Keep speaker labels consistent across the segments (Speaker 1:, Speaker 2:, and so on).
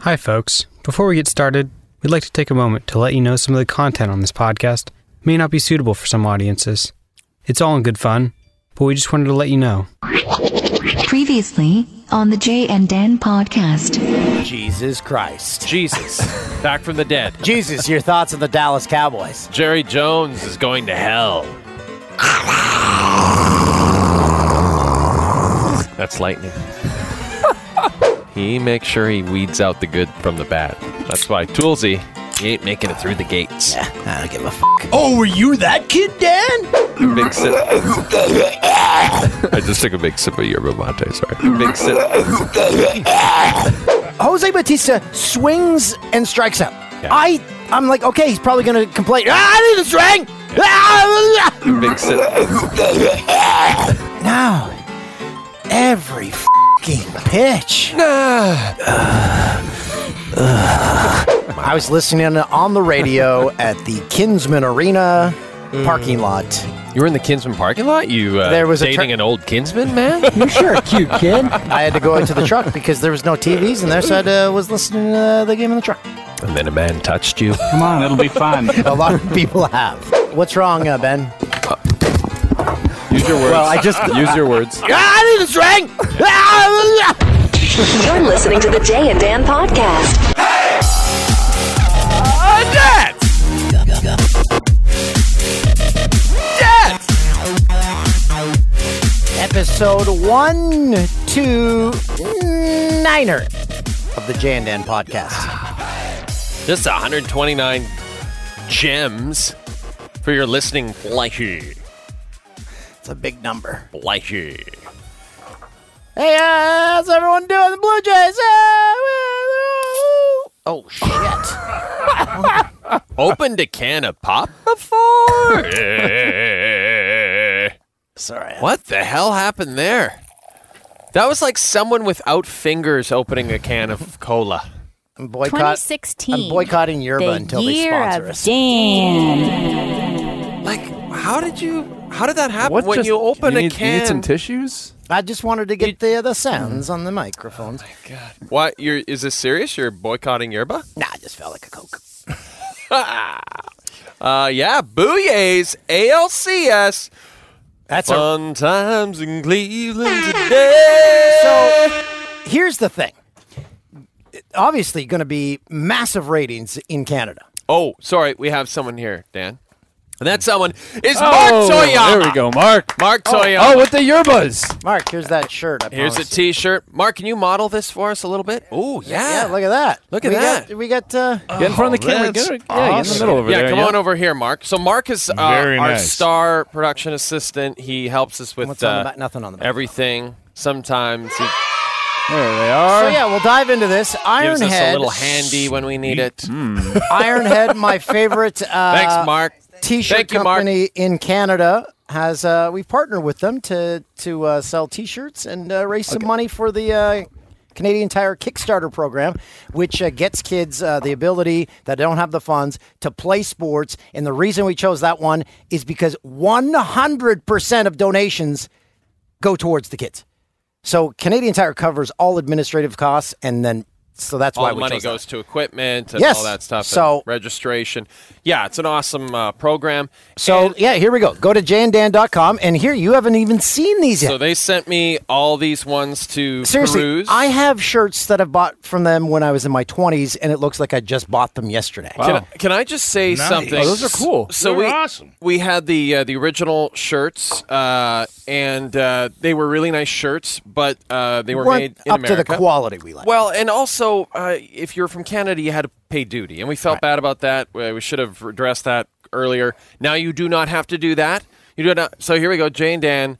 Speaker 1: Hi, folks. Before we get started, we'd like to take a moment to let you know some of the content on this podcast may not be suitable for some audiences. It's all in good fun, but we just wanted to let you know.
Speaker 2: Previously on the Jay and Dan podcast.
Speaker 3: Jesus Christ.
Speaker 4: Jesus, back from the dead.
Speaker 3: Jesus, your thoughts on the Dallas Cowboys?
Speaker 4: Jerry Jones is going to hell. That's lightning. he makes sure he weeds out the good from the bad. That's why Toolsy, he ain't making it through the gates.
Speaker 3: I don't give a f-
Speaker 5: Oh, were you that kid, Dan?
Speaker 4: Big sip. I just took a big sip of yerba mate. Sorry. Big sip.
Speaker 3: Jose Batista swings and strikes out. I, I'm like, okay, he's probably going to complain. Ah, I didn't swing! Ah,
Speaker 4: Big sip.
Speaker 3: No. Every fing pitch. I was listening on the radio at the Kinsman Arena
Speaker 5: Mm.
Speaker 3: parking lot.
Speaker 4: You were in the Kinsman parking lot. You uh,
Speaker 3: There was a
Speaker 4: dating
Speaker 3: tur-
Speaker 4: an old Kinsman man.
Speaker 5: You're sure a cute kid.
Speaker 3: I had to go into the truck because there was no TVs in there, so I uh, was listening to the game in the truck.
Speaker 4: and then a man touched you.
Speaker 6: Come on, it'll be fun.
Speaker 3: A lot of people have. What's wrong, uh, Ben?
Speaker 4: Use your words.
Speaker 3: Well, I just
Speaker 4: Use your words.
Speaker 3: I need a string.
Speaker 7: You're listening to the Jay and Dan podcast.
Speaker 3: Episode one, two, niner of the J and Dan podcast.
Speaker 4: Just 129 gems for your listening pleasure.
Speaker 3: It's a big number.
Speaker 4: Pleasure.
Speaker 3: Hey, uh, how's everyone doing? The Blue Jays. Uh, woo, woo. oh shit!
Speaker 4: Opened a can of pop before? Eh.
Speaker 3: Sorry.
Speaker 4: what the hell happened there? That was like someone without fingers opening a can of cola.
Speaker 3: I'm boycott.
Speaker 8: 2016.
Speaker 3: I'm boycotting Yerba
Speaker 8: the
Speaker 3: until they
Speaker 8: year
Speaker 3: sponsor
Speaker 8: of
Speaker 3: us.
Speaker 8: Dan.
Speaker 4: Like, how did you? How did that happen?
Speaker 9: What
Speaker 4: when
Speaker 9: just-
Speaker 4: you open
Speaker 9: you
Speaker 4: a
Speaker 9: need,
Speaker 4: can,
Speaker 9: You need some tissues?
Speaker 3: I just wanted to get the the sounds on the microphones.
Speaker 4: what? You're is this serious? You're boycotting yerba?
Speaker 3: Nah, I just felt like a coke.
Speaker 4: Uh, yeah. Booyays, ALCS.
Speaker 3: That's a
Speaker 4: Fun times in Cleveland today.
Speaker 3: So here's the thing. Obviously, going to be massive ratings in Canada.
Speaker 4: Oh, sorry, we have someone here, Dan. And that someone is
Speaker 9: Oh,
Speaker 4: Mark Toyama.
Speaker 9: there we go, Mark.
Speaker 4: Mark Toyama.
Speaker 9: Oh, with the yerbas.
Speaker 3: Mark, here's that shirt. Oh, I
Speaker 4: Here's a
Speaker 3: promised.
Speaker 4: T-shirt. Mark, can you model this for us a little bit? Oh,
Speaker 3: Yeah,
Speaker 4: yeah.
Speaker 3: look at that.
Speaker 4: Look at
Speaker 3: we
Speaker 4: that.
Speaker 3: Got, we got. Uh,
Speaker 9: Get in front of the camera. Get, it- yeah, get in the middle over
Speaker 4: yeah,
Speaker 9: there.
Speaker 4: come on over here, Mark. So Mark is uh,
Speaker 9: Very
Speaker 4: our
Speaker 9: nice.
Speaker 4: star production assistant. He helps us with
Speaker 3: what's on the
Speaker 4: uh,
Speaker 3: back? Nothing on the back.
Speaker 4: everything. Sometimes he
Speaker 9: There they are.
Speaker 3: so yeah, we'll dive into this.
Speaker 4: gives us a
Speaker 3: Ironhead,
Speaker 4: little handy when we need it.
Speaker 3: Ironhead, my favorite. Uh,
Speaker 4: Thanks, Mark.
Speaker 3: T-shirt
Speaker 4: Thank you, Mark.
Speaker 3: company in Canada has. Uh, we partnered with them to to uh, sell T-shirts and uh, raise some money for the. Uh, Canadian Tire Kickstarter program, which uh, gets kids uh, the ability that don't have the funds to play sports. And the reason we chose that one is because 100% of donations go towards the kids. So Canadian Tire covers all administrative costs, and then so that's
Speaker 4: all
Speaker 3: why
Speaker 4: the
Speaker 3: we
Speaker 4: money
Speaker 3: chose that.
Speaker 4: goes to equipment and
Speaker 3: Yes.
Speaker 4: all that stuff. and
Speaker 3: So-
Speaker 4: registration. Yeah, it's an awesome uh, program.
Speaker 3: So
Speaker 4: And
Speaker 3: yeah, here we go. Go to jandan.com and here you haven't even seen these yet.
Speaker 4: so they sent me all these ones to
Speaker 3: Seriously,
Speaker 4: peruse.
Speaker 3: I have shirts that I've bought from them when I was in my 20s and it looks like I just bought them yesterday.
Speaker 4: Can, I, can I just say something?
Speaker 9: Oh, those are cool.
Speaker 4: So we we had the uh, the original shirts, uh, and uh, they were really nice shirts, but uh, they were
Speaker 3: Weren't
Speaker 4: made in
Speaker 3: up to
Speaker 4: America.
Speaker 3: the quality we like.
Speaker 4: Well, and also, uh, if you're from Canada, you had to pay duty, and we felt bad about that. Uh, We should have addressed that earlier. Now you do not have to do that. You do not. So here we go. Jane Dan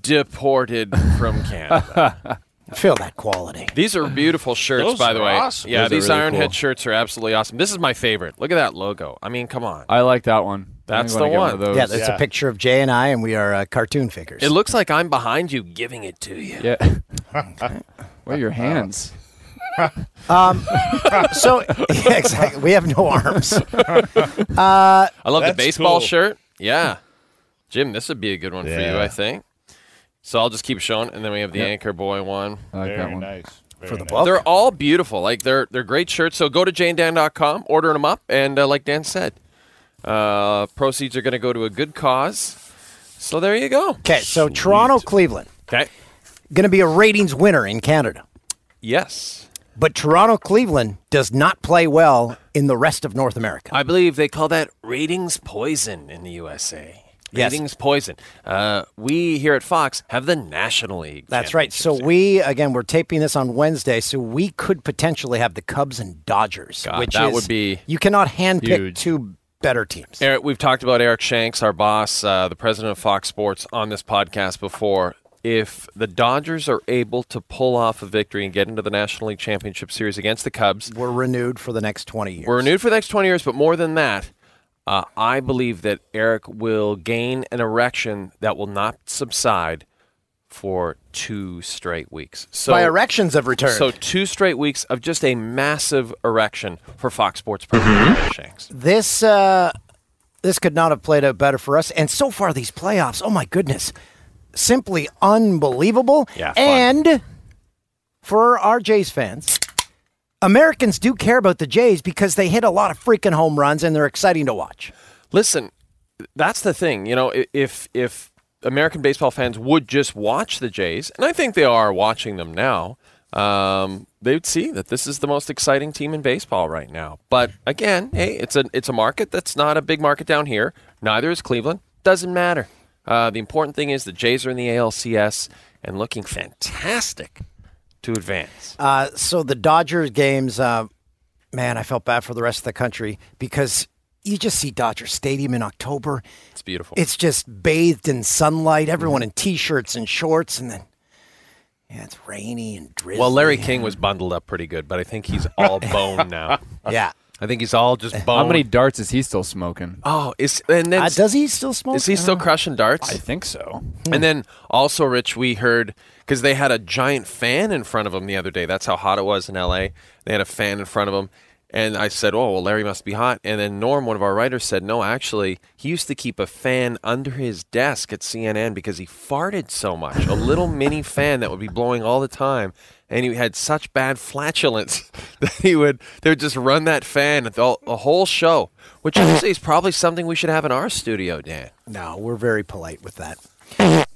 Speaker 4: deported from Canada.
Speaker 3: Feel that quality.
Speaker 4: these are beautiful shirts, by the way. Yeah,
Speaker 9: Those are
Speaker 4: these
Speaker 9: really
Speaker 4: Ironhead
Speaker 9: cool.
Speaker 4: shirts are absolutely awesome. This is my favorite. Look at that logo. I mean, come on.
Speaker 9: I like that one. I
Speaker 4: That's
Speaker 9: think I'm
Speaker 4: the
Speaker 9: gonna get
Speaker 4: one.
Speaker 9: of
Speaker 3: Yeah,
Speaker 9: those.
Speaker 3: there's a picture of Jay and I and we are uh, cartoon figures.
Speaker 4: It looks like I'm behind you giving it to you.
Speaker 9: Yeah. Where are your hands?
Speaker 3: so yeah, exactly. We have no arms.
Speaker 4: I love the
Speaker 10: That's
Speaker 4: baseball
Speaker 10: cool.
Speaker 4: shirt. Yeah. Jim, this would be a good one for you,
Speaker 10: Yeah.
Speaker 4: I think. So I'll just keep showing, and then we have the anchor boy one.
Speaker 9: I like that
Speaker 10: Very
Speaker 9: one.
Speaker 10: nice.
Speaker 3: for the book.
Speaker 4: They're all beautiful. Like they're they're great shirts. So go to janedan.com, order them up, and uh, like Dan said, uh, proceeds are going to go to a good cause. So there you go.
Speaker 3: Okay, so Toronto, Cleveland,
Speaker 4: Okay.
Speaker 3: going to be a ratings winner in Canada.
Speaker 4: Yes.
Speaker 3: But Toronto, Cleveland does not play well in the rest of North America.
Speaker 4: I believe they call that ratings poison in the USA.
Speaker 3: Yes.
Speaker 4: Ratings poison. Uh, we here at Fox have the National League.
Speaker 3: That's right. So we again, we're taping this on Wednesday, so we could potentially have the Cubs and Dodgers,
Speaker 4: God,
Speaker 3: which
Speaker 4: that
Speaker 3: is-
Speaker 4: would be
Speaker 3: you cannot handpick
Speaker 4: huge.
Speaker 3: two better teams.
Speaker 4: Eric, we've talked about Eric Shanks, our boss, uh, the president of Fox Sports, on this podcast before. If the Dodgers are able to pull off a victory and get into the National League Championship Series against the Cubs,
Speaker 3: We're renewed for the next twenty years.
Speaker 4: we're renewed for the next 20 years, but more than that, uh, I believe that Eric will gain an erection that will not subside for two straight weeks. So,
Speaker 3: My erections have returned.
Speaker 4: so two straight weeks of just a massive erection for Fox Sports president Eric Shanks.
Speaker 3: this uh, this could not have played out better for us. And so far, these playoffs, oh my goodness, simply unbelievable.
Speaker 4: Yeah, fun.
Speaker 3: and for our Jays fans, Americans do care about the Jays because they hit a lot of freaking home runs and they're exciting to watch.
Speaker 4: Listen, that's the thing. You know, i- if if American baseball fans would just watch the Jays, and I think they are watching them now, um, they'd see that this is the most exciting team in baseball right now. But again, hey, it's a it's a market that's not a big market down here. Neither is Cleveland. Doesn't matter. Uh, the important thing is the Jays are in the ALCS and looking fantastic to advance.
Speaker 3: Uh, so the Dodgers games, uh, man, I felt bad for the rest of the country because you just see Dodger Stadium in October.
Speaker 4: It's Mm-hmm. beautiful.
Speaker 3: It's just bathed in sunlight. Everyone in t-shirts and shorts, and then yeah, it's rainy and drizzly.
Speaker 4: well, Larry King was bundled up pretty good, but I think he's all bone now.
Speaker 3: yeah.
Speaker 4: I think he's all just bone.
Speaker 9: How many darts is he still smoking?
Speaker 4: Oh, is and then
Speaker 3: Uh, does he still smoke? Uh-huh.
Speaker 4: is he still crushing darts?
Speaker 9: I think so.
Speaker 4: and then also, Rich, we heard because they had a giant fan in front of him the other day. That's how hot it was in L.A. They had a fan in front of him, and I said, "Oh, well, Larry must be hot." And then Norm, one of our writers, said, "No, actually, he used to keep a fan under his desk at CNN because he farted so much. A little mini fan that would be blowing all the time." And he had such bad flatulence that he would they would just run that fan the whole, the whole show, which actually is probably something we should have in our studio, Dan.
Speaker 3: No, we're very polite with that. Uh,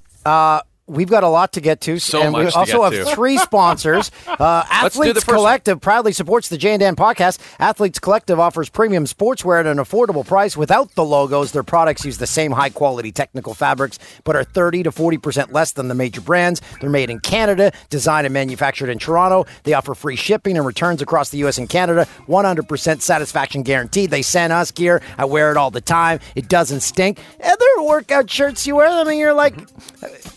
Speaker 3: we've got a lot to get to,
Speaker 4: So
Speaker 3: and we
Speaker 4: much to
Speaker 3: also
Speaker 4: get
Speaker 3: have
Speaker 4: to.
Speaker 3: three sponsors. Uh,
Speaker 4: do the
Speaker 3: Athletes
Speaker 4: first one.
Speaker 3: Collective proudly supports the Jay and Dan podcast. Athletes Collective offers premium sportswear at an affordable price without the logos. Their products use the same high quality technical fabrics, but are 30 to 40% less than the major brands. They're made in Canada, designed and manufactured in Toronto. They offer free shipping and returns across the U.S. and Canada. 100% satisfaction guaranteed. They send us gear. I wear it all the time. It doesn't stink. And their workout shirts, you wear them and you're like,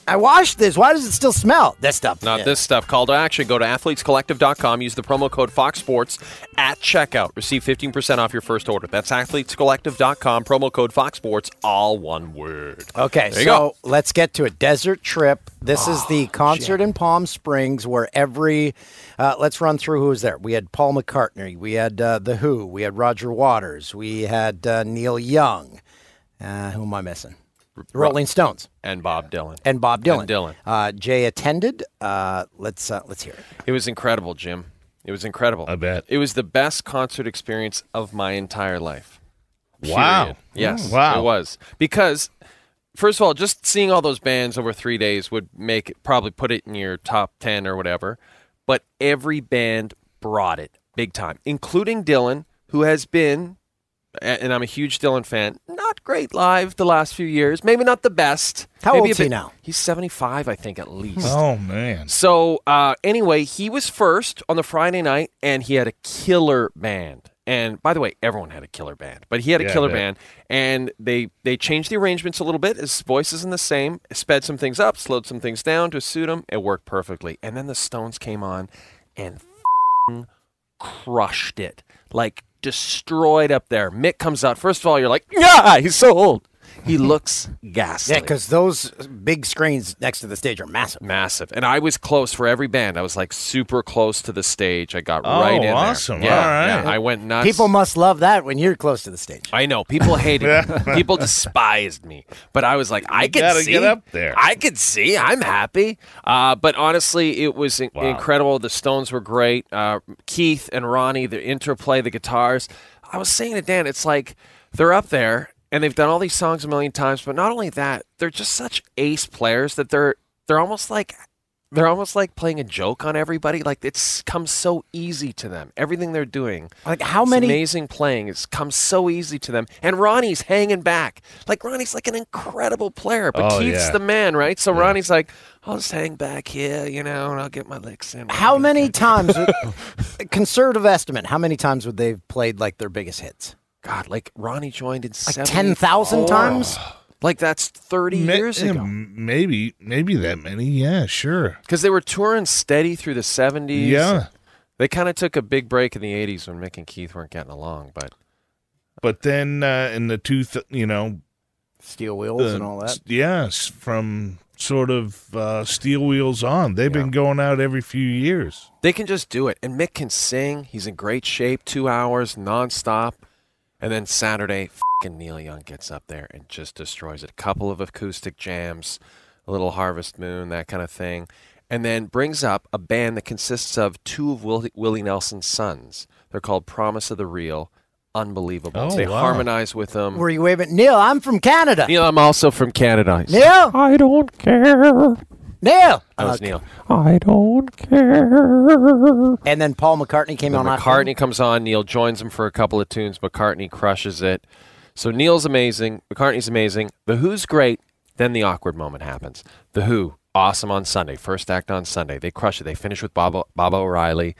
Speaker 3: I washed this. Why does it still smell? This stuff.
Speaker 4: Not
Speaker 3: Yeah.
Speaker 4: this stuff. Call to action. Go to athletescollective.com. Use the promo code FOXSPORTS at checkout. Receive 15% off your first order. That's athletescollective.com. Promo code FOXSPORTS, all one word.
Speaker 3: Okay,
Speaker 4: There
Speaker 3: so
Speaker 4: you go. Oh,
Speaker 3: let's get to a desert trip. This is the concert in Palm Springs where every. Uh, let's run through who was there. We had Paul McCartney. We had uh, The Who. We had Roger Waters. We had uh, Neil Young. Uh, who am I missing? Rolling Stones
Speaker 4: And Bob Dylan.
Speaker 3: and Bob Dylan.
Speaker 4: And Dylan.
Speaker 3: Uh, Jay attended. Uh, let's uh, let's hear it.
Speaker 4: It was incredible, Jim. It was incredible. I
Speaker 6: bet.
Speaker 4: It was the best concert experience of my entire life.
Speaker 6: Wow. Mm,
Speaker 4: Period. Yes.
Speaker 6: Wow.
Speaker 4: It was. Because, first of all, just seeing all those bands over three days would make it probably put it in your top 10 or whatever. But every band brought it big time, including Dylan, who has been, a- and I'm a huge Dylan fan, not great live the last few years. Maybe not the best.
Speaker 3: How
Speaker 4: Maybe
Speaker 3: old
Speaker 4: a
Speaker 3: is he
Speaker 4: bit-
Speaker 3: now?
Speaker 4: He's 75, I think, at least.
Speaker 6: Oh man.
Speaker 4: So uh, anyway, he was first on the Friday night, and he had a killer band. And by the way, everyone had a killer band, but he had a
Speaker 6: Yeah, I
Speaker 4: killer
Speaker 6: bet.
Speaker 4: band, and they they changed the arrangements a little bit. His voice isn't the same. Sped some things up, slowed some things down to suit him. It worked perfectly. And then the Stones came on, and f***ing crushed it, like destroyed up there. Mick comes out. First of all, you're like, yeah, he's so old. He looks ghastly.
Speaker 3: Yeah, because those big screens next to the stage are massive.
Speaker 4: massive. And I was close for every band. I was like super close to the stage. I got
Speaker 6: Oh,
Speaker 4: right in there.
Speaker 6: awesome.
Speaker 4: Yeah,
Speaker 6: All right.
Speaker 4: yeah, I went nuts.
Speaker 3: People must love that when you're close to the stage.
Speaker 4: I know people hated me. People despised me, but I was like, I can
Speaker 6: gotta
Speaker 4: see.
Speaker 6: get up there.
Speaker 4: I could see. I'm happy. Uh, but honestly, it was in-
Speaker 6: Wow.
Speaker 4: incredible. The Stones were great. Uh, Keith and Ronnie, the interplay, the guitars. I was saying to Dan, it's like they're up there and they've done all these songs a million times. But not only that, they're just such ace players that they're they're almost like they're almost like playing a joke on everybody. Like it's comes so easy to them. Everything they're doing.
Speaker 3: Like how
Speaker 4: It's
Speaker 3: many?
Speaker 4: amazing playing. It's come so easy to them. And Ronnie's hanging back. Like Ronnie's like an incredible player, but
Speaker 6: Oh,
Speaker 4: Keith's
Speaker 6: yeah.
Speaker 4: the man, right? So Ronnie's like, I'll just hang back here, you know, and I'll get my licks in.
Speaker 3: How many times? would- conservative estimate. How many times would they've played like their biggest hits?
Speaker 4: God, like Ronnie joined in
Speaker 3: Like ten thousand times.
Speaker 4: Like that's thirty
Speaker 6: Ma-
Speaker 4: years
Speaker 6: yeah,
Speaker 4: ago.
Speaker 6: Maybe, maybe that many. Yeah, sure.
Speaker 4: Because they were touring steady through the seventies.
Speaker 6: Yeah,
Speaker 4: They kind of took a big break in the eighties when Mick and Keith weren't getting along, but
Speaker 6: but then uh, in the two, th- you know,
Speaker 3: Steel wheels
Speaker 6: uh,
Speaker 3: and all that.
Speaker 6: s- yeah, s- from sort of uh, steel wheels on, they've been going out every few years.
Speaker 4: They can just do it. And Mick can sing. He's in great shape, two hours nonstop. And then Saturday, fing Neil Young gets up there and just destroys it. A couple of acoustic jams, a little Harvest Moon, that kind of thing. And then brings up a band that consists of two of Willie, Willie Nelson's sons. They're called Promise of the Real. Unbelievable.
Speaker 6: Oh,
Speaker 4: they
Speaker 6: wow.
Speaker 4: harmonize with them.
Speaker 3: Were you waving? Neil, I'm from Canada.
Speaker 4: um, Neil, I'm also from Canada.
Speaker 3: Neil,
Speaker 4: I don't care.
Speaker 3: Neil.
Speaker 4: That was Neil.
Speaker 5: I don't care.
Speaker 3: Uh, And then Paul McCartney came
Speaker 4: Then
Speaker 3: on. after
Speaker 4: McCartney comes on. Neil joins him for a couple of tunes. McCartney crushes it. So Neil's amazing. McCartney's amazing. The Who's great. Then the awkward moment happens. The Who, awesome on Sunday. First act on Sunday. They crush it. They finish with Bob, Bob O'Reilly.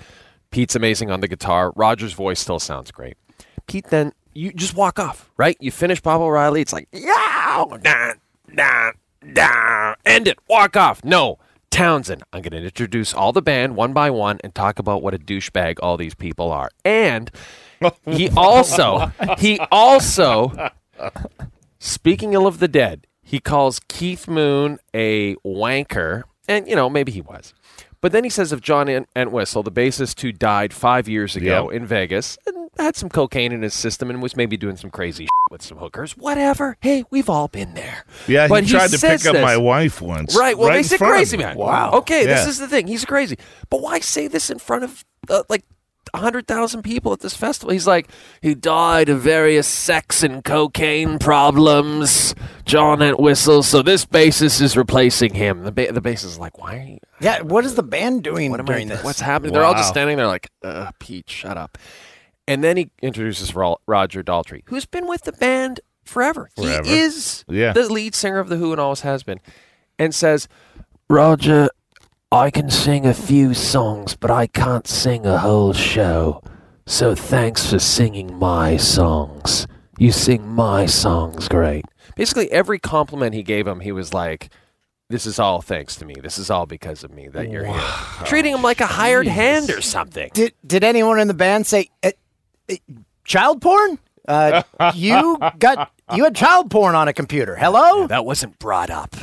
Speaker 4: Pete's amazing on the guitar. Roger's voice still sounds great. Pete then, you just walk off, right? You finish Bob O'Reilly. It's like, yeah, oh, nah, nah, nah. End it. Walk off. No. Townsend, I'm going to introduce all the band one by one and talk about what a douchebag all these people are. And he also, he also, speaking ill of the dead, he calls Keith Moon a wanker. And, you know, maybe he was. But then he says of John Ent- Entwistle, the bassist who died five years ago in Vegas and had some cocaine in his system and was maybe doing some crazy shit with some hookers. Whatever. Hey, we've all been there.
Speaker 6: Yeah,
Speaker 4: But
Speaker 6: he tried to pick
Speaker 4: says
Speaker 6: up my
Speaker 4: this.
Speaker 6: wife once.
Speaker 4: Right. Well, they
Speaker 6: in
Speaker 4: said
Speaker 6: front of
Speaker 4: crazy
Speaker 6: me.
Speaker 4: man. Okay, this
Speaker 6: Yeah.
Speaker 4: is the thing. He's crazy. But why say this in front of uh, like hundred thousand people at this festival? He's like, he died of various sex and cocaine problems. John Entwistle. So this bassist is replacing him. The ba- the bassist is like, why? Are you,
Speaker 3: that. Yeah. What is the band doing
Speaker 4: what am
Speaker 3: during
Speaker 4: I,
Speaker 3: this?
Speaker 4: What's happening? They're all just
Speaker 6: Wow.
Speaker 4: standing there like, uh, Pete, shut up. And then he introduces Ro- Roger Daltrey, who's been with the band forever.
Speaker 6: Forever.
Speaker 4: He is
Speaker 6: Yeah.
Speaker 4: the lead singer of The Who and always has been. And says, Roger, I can sing a few songs, but I can't sing a whole show. So thanks for singing my songs. You sing my songs great. Basically, every compliment he gave him, he was like, this is all thanks to me. This is all because of me that you're here. Treating him like a hired hand or something.
Speaker 3: Did Did anyone in the band say uh, uh, child porn? Uh, you got you had child porn on a computer. Hello?
Speaker 4: That wasn't brought up.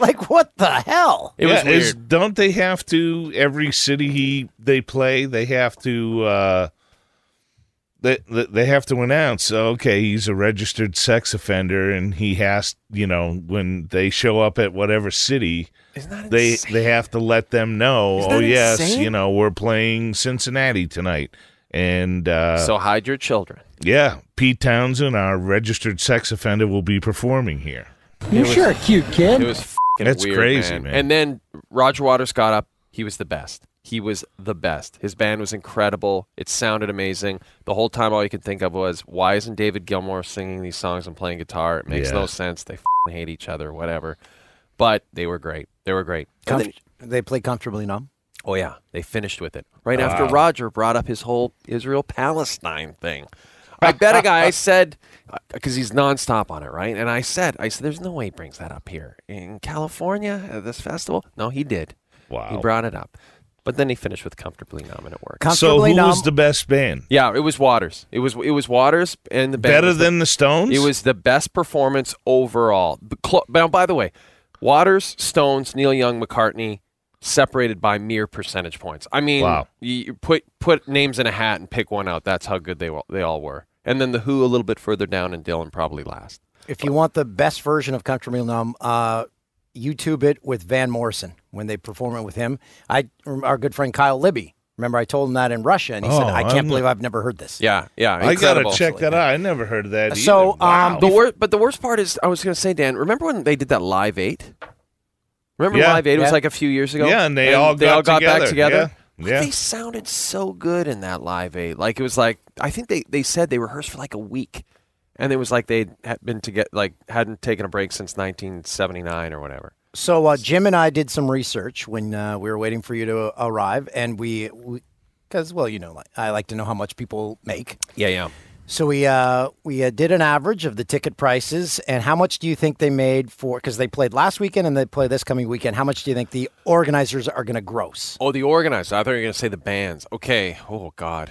Speaker 3: Like what the hell?
Speaker 4: It was
Speaker 6: Yeah, is-
Speaker 4: weird.
Speaker 6: don't they have to every city he they play? They have to. uh they, they they have to announce okay he's a registered sex offender and he has you know when they show up at whatever city
Speaker 4: Isn't that
Speaker 6: they
Speaker 4: insane?
Speaker 6: they have to let them know
Speaker 4: Isn't
Speaker 6: oh
Speaker 4: that
Speaker 6: yes
Speaker 4: insane?
Speaker 6: you know we're playing Cincinnati tonight and uh
Speaker 4: so hide your children.
Speaker 6: yeah Pete Townsend our registered sex offender will be performing here
Speaker 5: You're sure a cute
Speaker 4: It
Speaker 5: kid.
Speaker 4: was fucking
Speaker 6: That's
Speaker 4: weird,
Speaker 6: crazy, man.
Speaker 4: And then Roger Waters got up. He was the best. He was the best. His band was incredible. It sounded amazing. The whole time, all you could think of was, why isn't David Gilmour singing these songs and playing guitar? It makes
Speaker 6: Yeah.
Speaker 4: no sense. They fing hate each other, whatever. But they were great. They were great. And then-
Speaker 3: they play comfortably numb.
Speaker 4: Oh yeah, they finished with it right after Roger brought up his whole Israel Palestine thing. I bet a guy I said because he's nonstop on it, right? And I said, I said, there's no way he brings that up here in California at this festival. uh, No, he did. He
Speaker 6: Wow.
Speaker 4: brought it up. But then he finished with comfortably nominate work.
Speaker 6: So
Speaker 3: Comfortably
Speaker 6: who
Speaker 3: numb.
Speaker 6: was the best band?
Speaker 4: yeah, it was Waters. It was it was Waters and the band
Speaker 6: Better
Speaker 4: was the-
Speaker 6: than the Stones?
Speaker 4: It was the best performance overall. B- clo- Now, by the way, Waters, Stones, Neil Young, McCartney, separated by mere percentage points. I mean,
Speaker 6: Wow.
Speaker 4: you, you put put names in a hat and pick one out. That's how good they wa- they all were. And then the Who a little bit further down, and Dylan probably last.
Speaker 3: If you want the best version of Comfortably Numb, uh, YouTube it with Van Morrison when they perform it with him. I our good friend Kyle Libby. Remember, I told him that in Russia, and he said,
Speaker 6: Oh,
Speaker 3: "I can't
Speaker 6: I'm-
Speaker 3: believe I've never heard this."
Speaker 4: Yeah, yeah.
Speaker 6: I gotta
Speaker 4: incredible.
Speaker 6: check that out. I never heard of that.
Speaker 3: So,
Speaker 6: either. Wow.
Speaker 3: um,
Speaker 4: The wor- but the worst part is, I was going to say, Dan, remember when they did that Live 8? Remember
Speaker 6: Yeah.
Speaker 4: Live 8 It was
Speaker 3: Yeah.
Speaker 4: like a few years ago?
Speaker 6: Yeah, and they all got
Speaker 4: back
Speaker 6: together.
Speaker 4: together.
Speaker 6: Yeah.
Speaker 4: But
Speaker 6: Yeah.
Speaker 4: They sounded so good in that Live 8. Like, it was like, I think they, they said they rehearsed for like a week. And it was like they had been to get, like, hadn't taken a break since 1979 or whatever.
Speaker 3: So uh, Jim and I did some research when uh, we were waiting for you to arrive, and we, because well, you know, like, I like to know how much people make.
Speaker 4: Yeah, yeah.
Speaker 3: So we uh, we uh, did an average of the ticket prices, and how much do you think they made for? Because they played last weekend and they play this coming weekend. How much do you think the organizers are going to gross?
Speaker 4: Oh, the organizer. I thought you were going to say the bands. Okay. Oh, God.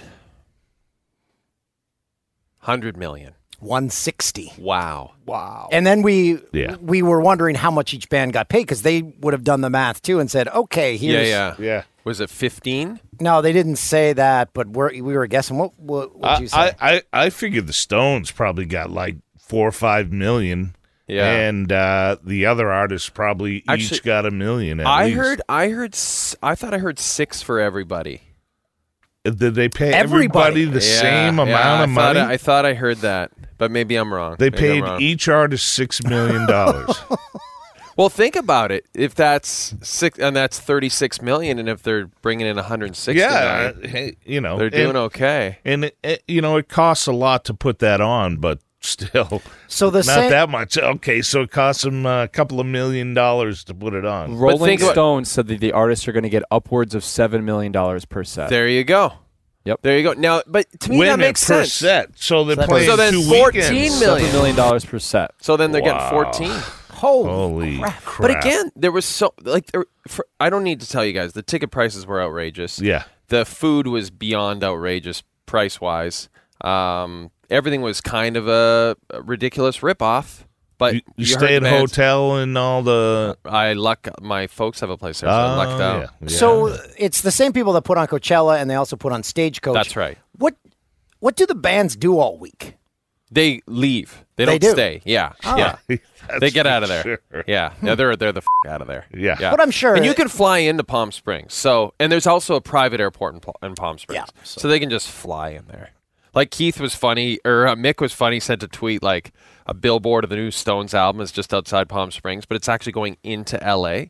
Speaker 4: 100 million.
Speaker 3: One sixty.
Speaker 4: Wow.
Speaker 9: Wow.
Speaker 3: And then we
Speaker 6: Yeah.
Speaker 3: we were wondering how much each band got paid because they would have done the math too and said, okay,
Speaker 4: Yeah,
Speaker 3: here's
Speaker 4: yeah.
Speaker 6: yeah.
Speaker 4: Was it 15?
Speaker 3: No, they didn't say that, but we're, we were guessing. What what would you say?
Speaker 6: I, I, I, I figured the Stones probably got like four or five million.
Speaker 4: Yeah.
Speaker 6: And uh, the other artists probably
Speaker 4: Actually,
Speaker 6: each got a million. At
Speaker 4: I
Speaker 6: least.
Speaker 4: heard, I heard, s- I thought I heard six for everybody.
Speaker 6: Uh, Did they pay
Speaker 3: Everybody.
Speaker 6: everybody, the
Speaker 4: Yeah,
Speaker 6: same
Speaker 4: yeah,
Speaker 6: amount
Speaker 4: I
Speaker 6: of
Speaker 4: thought
Speaker 6: money?
Speaker 4: I, I thought I heard that, but maybe I'm wrong.
Speaker 6: they
Speaker 4: Maybe I'm
Speaker 6: paid
Speaker 4: wrong.
Speaker 6: each artist six million dollars.
Speaker 4: Well, think about it. If that's six, and that's 36 million, and if they're bringing in 160,
Speaker 6: yeah,
Speaker 4: million,
Speaker 6: uh, hey, you know
Speaker 4: they're doing
Speaker 6: and,
Speaker 4: okay.
Speaker 6: and it, it- you know it costs a lot to put that on, but still,
Speaker 3: so the
Speaker 6: not
Speaker 3: same,
Speaker 6: that much. Okay, so it costs them a couple of million dollars to put it on.
Speaker 4: think
Speaker 9: Rolling
Speaker 4: about-
Speaker 9: Stones said that the artists are going to get upwards of seven million dollars per set.
Speaker 4: There you go.
Speaker 9: Yep.
Speaker 4: There you go. Now, but to me
Speaker 6: Wait a
Speaker 4: that
Speaker 6: minute,
Speaker 4: makes
Speaker 6: per
Speaker 4: sense.
Speaker 6: set. So they're
Speaker 3: So
Speaker 6: playing
Speaker 4: then
Speaker 6: two
Speaker 4: 14
Speaker 6: weekends.
Speaker 4: million.
Speaker 9: Seven million dollars per set.
Speaker 4: So then they're
Speaker 6: Wow.
Speaker 4: getting 14.
Speaker 3: holy,
Speaker 6: Holy
Speaker 3: crap.
Speaker 6: crap!
Speaker 4: But again, there was so like there, for, I don't need to tell you guys the ticket prices were outrageous.
Speaker 6: Yeah.
Speaker 4: the food was beyond outrageous price wise. Um, everything was kind of a a ridiculous ripoff. But
Speaker 6: you, you
Speaker 4: heard the
Speaker 6: stay at a
Speaker 4: bands.
Speaker 6: hotel and all the.
Speaker 4: I luck. My folks have a place there, so I
Speaker 6: Oh,
Speaker 4: lucked out.
Speaker 6: yeah, yeah.
Speaker 3: So it's the same people that put on Coachella and they also put on Stagecoach.
Speaker 4: That's right.
Speaker 3: What what do the bands do all week?
Speaker 4: They leave. They
Speaker 3: They
Speaker 4: don't
Speaker 3: do.
Speaker 4: stay. Yeah, yeah.
Speaker 6: That's
Speaker 4: They get
Speaker 6: for
Speaker 4: out of there.
Speaker 6: sure. Hmm.
Speaker 4: Yeah, yeah. They're they're the f- out of there.
Speaker 6: Yeah.
Speaker 3: But I'm sure
Speaker 4: And you can fly into Palm Springs. So, and there's also a private airport in, Pal- in Palm Springs.
Speaker 3: Yeah.
Speaker 4: So. they can just fly in there. Like Keith was funny, or uh, Mick was funny, sent a tweet like a billboard of the new Stones album is just outside Palm Springs, but it's actually going into LA.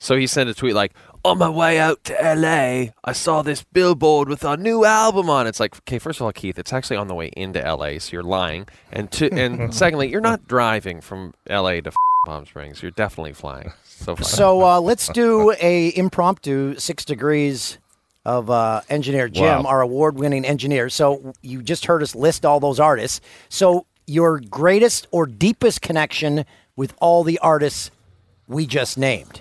Speaker 4: So he sent a tweet like, On my way out to LA, I saw this billboard with our new album on. It's like, okay, first of all, Keith, it's actually on the way into LA, so you're lying. And two, and secondly, you're not driving from LA to Palm Springs. You're definitely flying. So, fly.
Speaker 3: So uh, let's do a impromptu six degrees of uh, engineer Jim,
Speaker 6: Wow.
Speaker 3: our award winning engineer. So you just heard us list all those artists. So your greatest or deepest connection with all the artists we just named.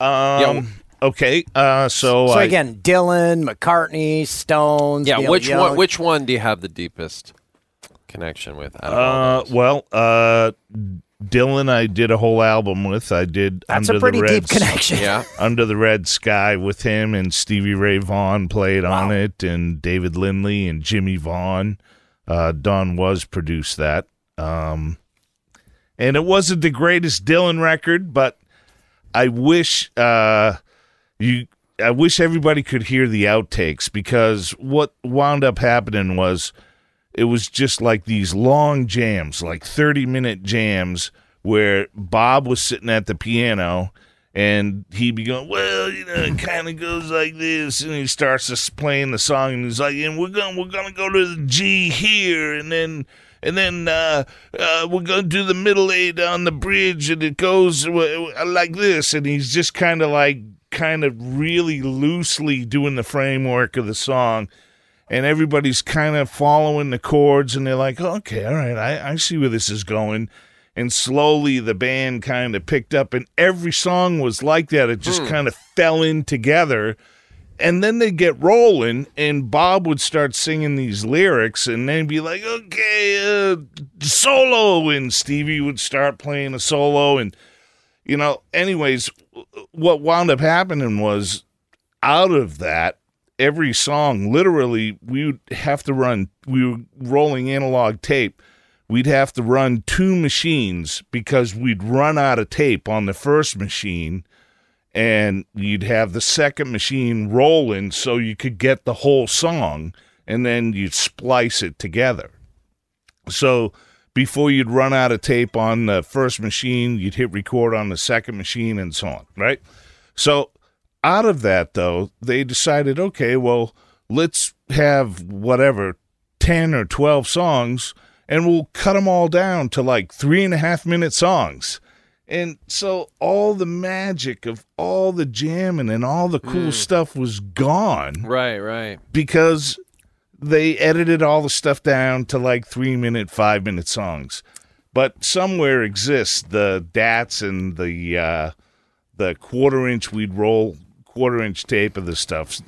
Speaker 6: Um, okay. Uh, so
Speaker 3: So
Speaker 6: I,
Speaker 3: again, Dylan, McCartney, Stones.
Speaker 4: Oh, Yeah,
Speaker 3: Neil
Speaker 4: which
Speaker 3: Young.
Speaker 4: one? Which one do you have the deepest connection with? Out of all
Speaker 6: Uh,
Speaker 4: those?
Speaker 6: well, uh, Dylan, I did a whole album with. I did
Speaker 3: That's
Speaker 6: under
Speaker 3: a pretty
Speaker 6: the
Speaker 3: deep
Speaker 6: Red S-
Speaker 3: connection.
Speaker 4: yeah,
Speaker 6: Under the Red Sky with him and Stevie Ray Vaughan played on it, and David Lindley and Jimmy Vaughan. Uh, Don was produced that, um, and it wasn't the greatest Dylan record, but I wish uh, you. I wish everybody could hear the outtakes because what wound up happening was it was just like these long jams, like 30 minute jams, where Bob was sitting at the piano and he'd be going, Well, you know, it kind of goes like this. And he starts just playing the song and he's like, And we're going, to we're going to go to the G here. And then. And then uh, uh, we're gonna do the middle eight on the bridge, and it goes w- w- like this. And he's just kind of like, kind of really loosely doing the framework of the song, and everybody's kind of following the chords and they're like okay all right i, I see where this is going and slowly the band kind of picked up and every song was like that it just kind of fell in together and then they'd get rolling and bob would start singing these lyrics and then be like okay uh, solo and stevie would start playing a solo and you know anyways what wound up happening was out of that every song literally we would have to run we were rolling analog tape we'd have to run two machines because we'd run out of tape on the first machine and you'd have the second machine rolling so you could get the whole song and then you'd splice it together so before you'd run out of tape on the first machine you'd hit record on the second machine and so on right so out of that though they decided okay well let's have whatever 10 or 12 songs and we'll cut them all down to like three and a half minute songs and so all the magic of all the jamming and all the cool stuff was gone
Speaker 4: Right, right.
Speaker 6: because they edited all the stuff down to like three minute, five minute songs. But somewhere exists the dats and the uh, the quarter inch we'd roll quarter inch tape of the stuff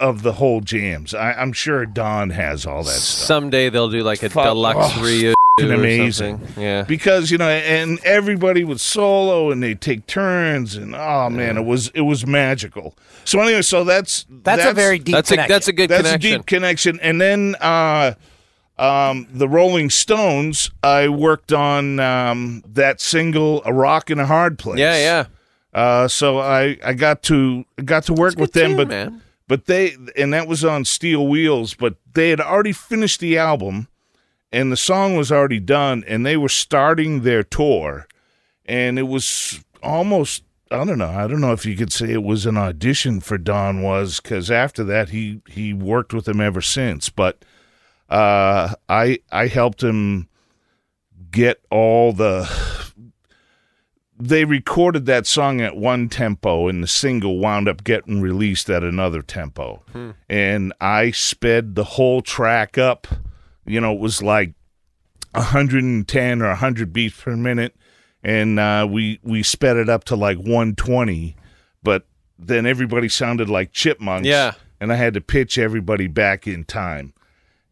Speaker 6: of the whole jams. I, I'm sure Don has all that stuff.
Speaker 4: Someday they'll do like a
Speaker 6: Fuck.
Speaker 4: deluxe
Speaker 6: Oh,
Speaker 4: reissue
Speaker 6: fucking
Speaker 4: or
Speaker 6: amazing.
Speaker 4: something. Yeah.
Speaker 6: because you know and everybody would solo and they take turns and oh man it was it was magical so anyway so that's
Speaker 3: That's, a very deep
Speaker 4: That's a
Speaker 3: connection.
Speaker 4: that's a good
Speaker 6: that's
Speaker 4: connection.
Speaker 6: a deep connection and then uh um the rolling stones i worked on um that single a rock and a hard place
Speaker 4: yeah, yeah.
Speaker 6: uh so i i got to got to work
Speaker 4: It's a
Speaker 6: with
Speaker 4: good
Speaker 6: them
Speaker 4: tune,
Speaker 6: but
Speaker 4: man.
Speaker 6: but they and that was on steel wheels but they had already finished the album and the song was already done and they were starting their tour and it was almost i don't know i don't know if you could say it was an audition for don was because after that he he worked with him ever since but uh i i helped him get all the they recorded that song at one tempo and the single wound up getting released at another tempo and i sped the whole track up you know it was like 110 or 100 beats per minute and uh, we we sped it up to like 120 but then everybody sounded like chipmunks
Speaker 4: Yeah.
Speaker 6: and i had to pitch everybody back in time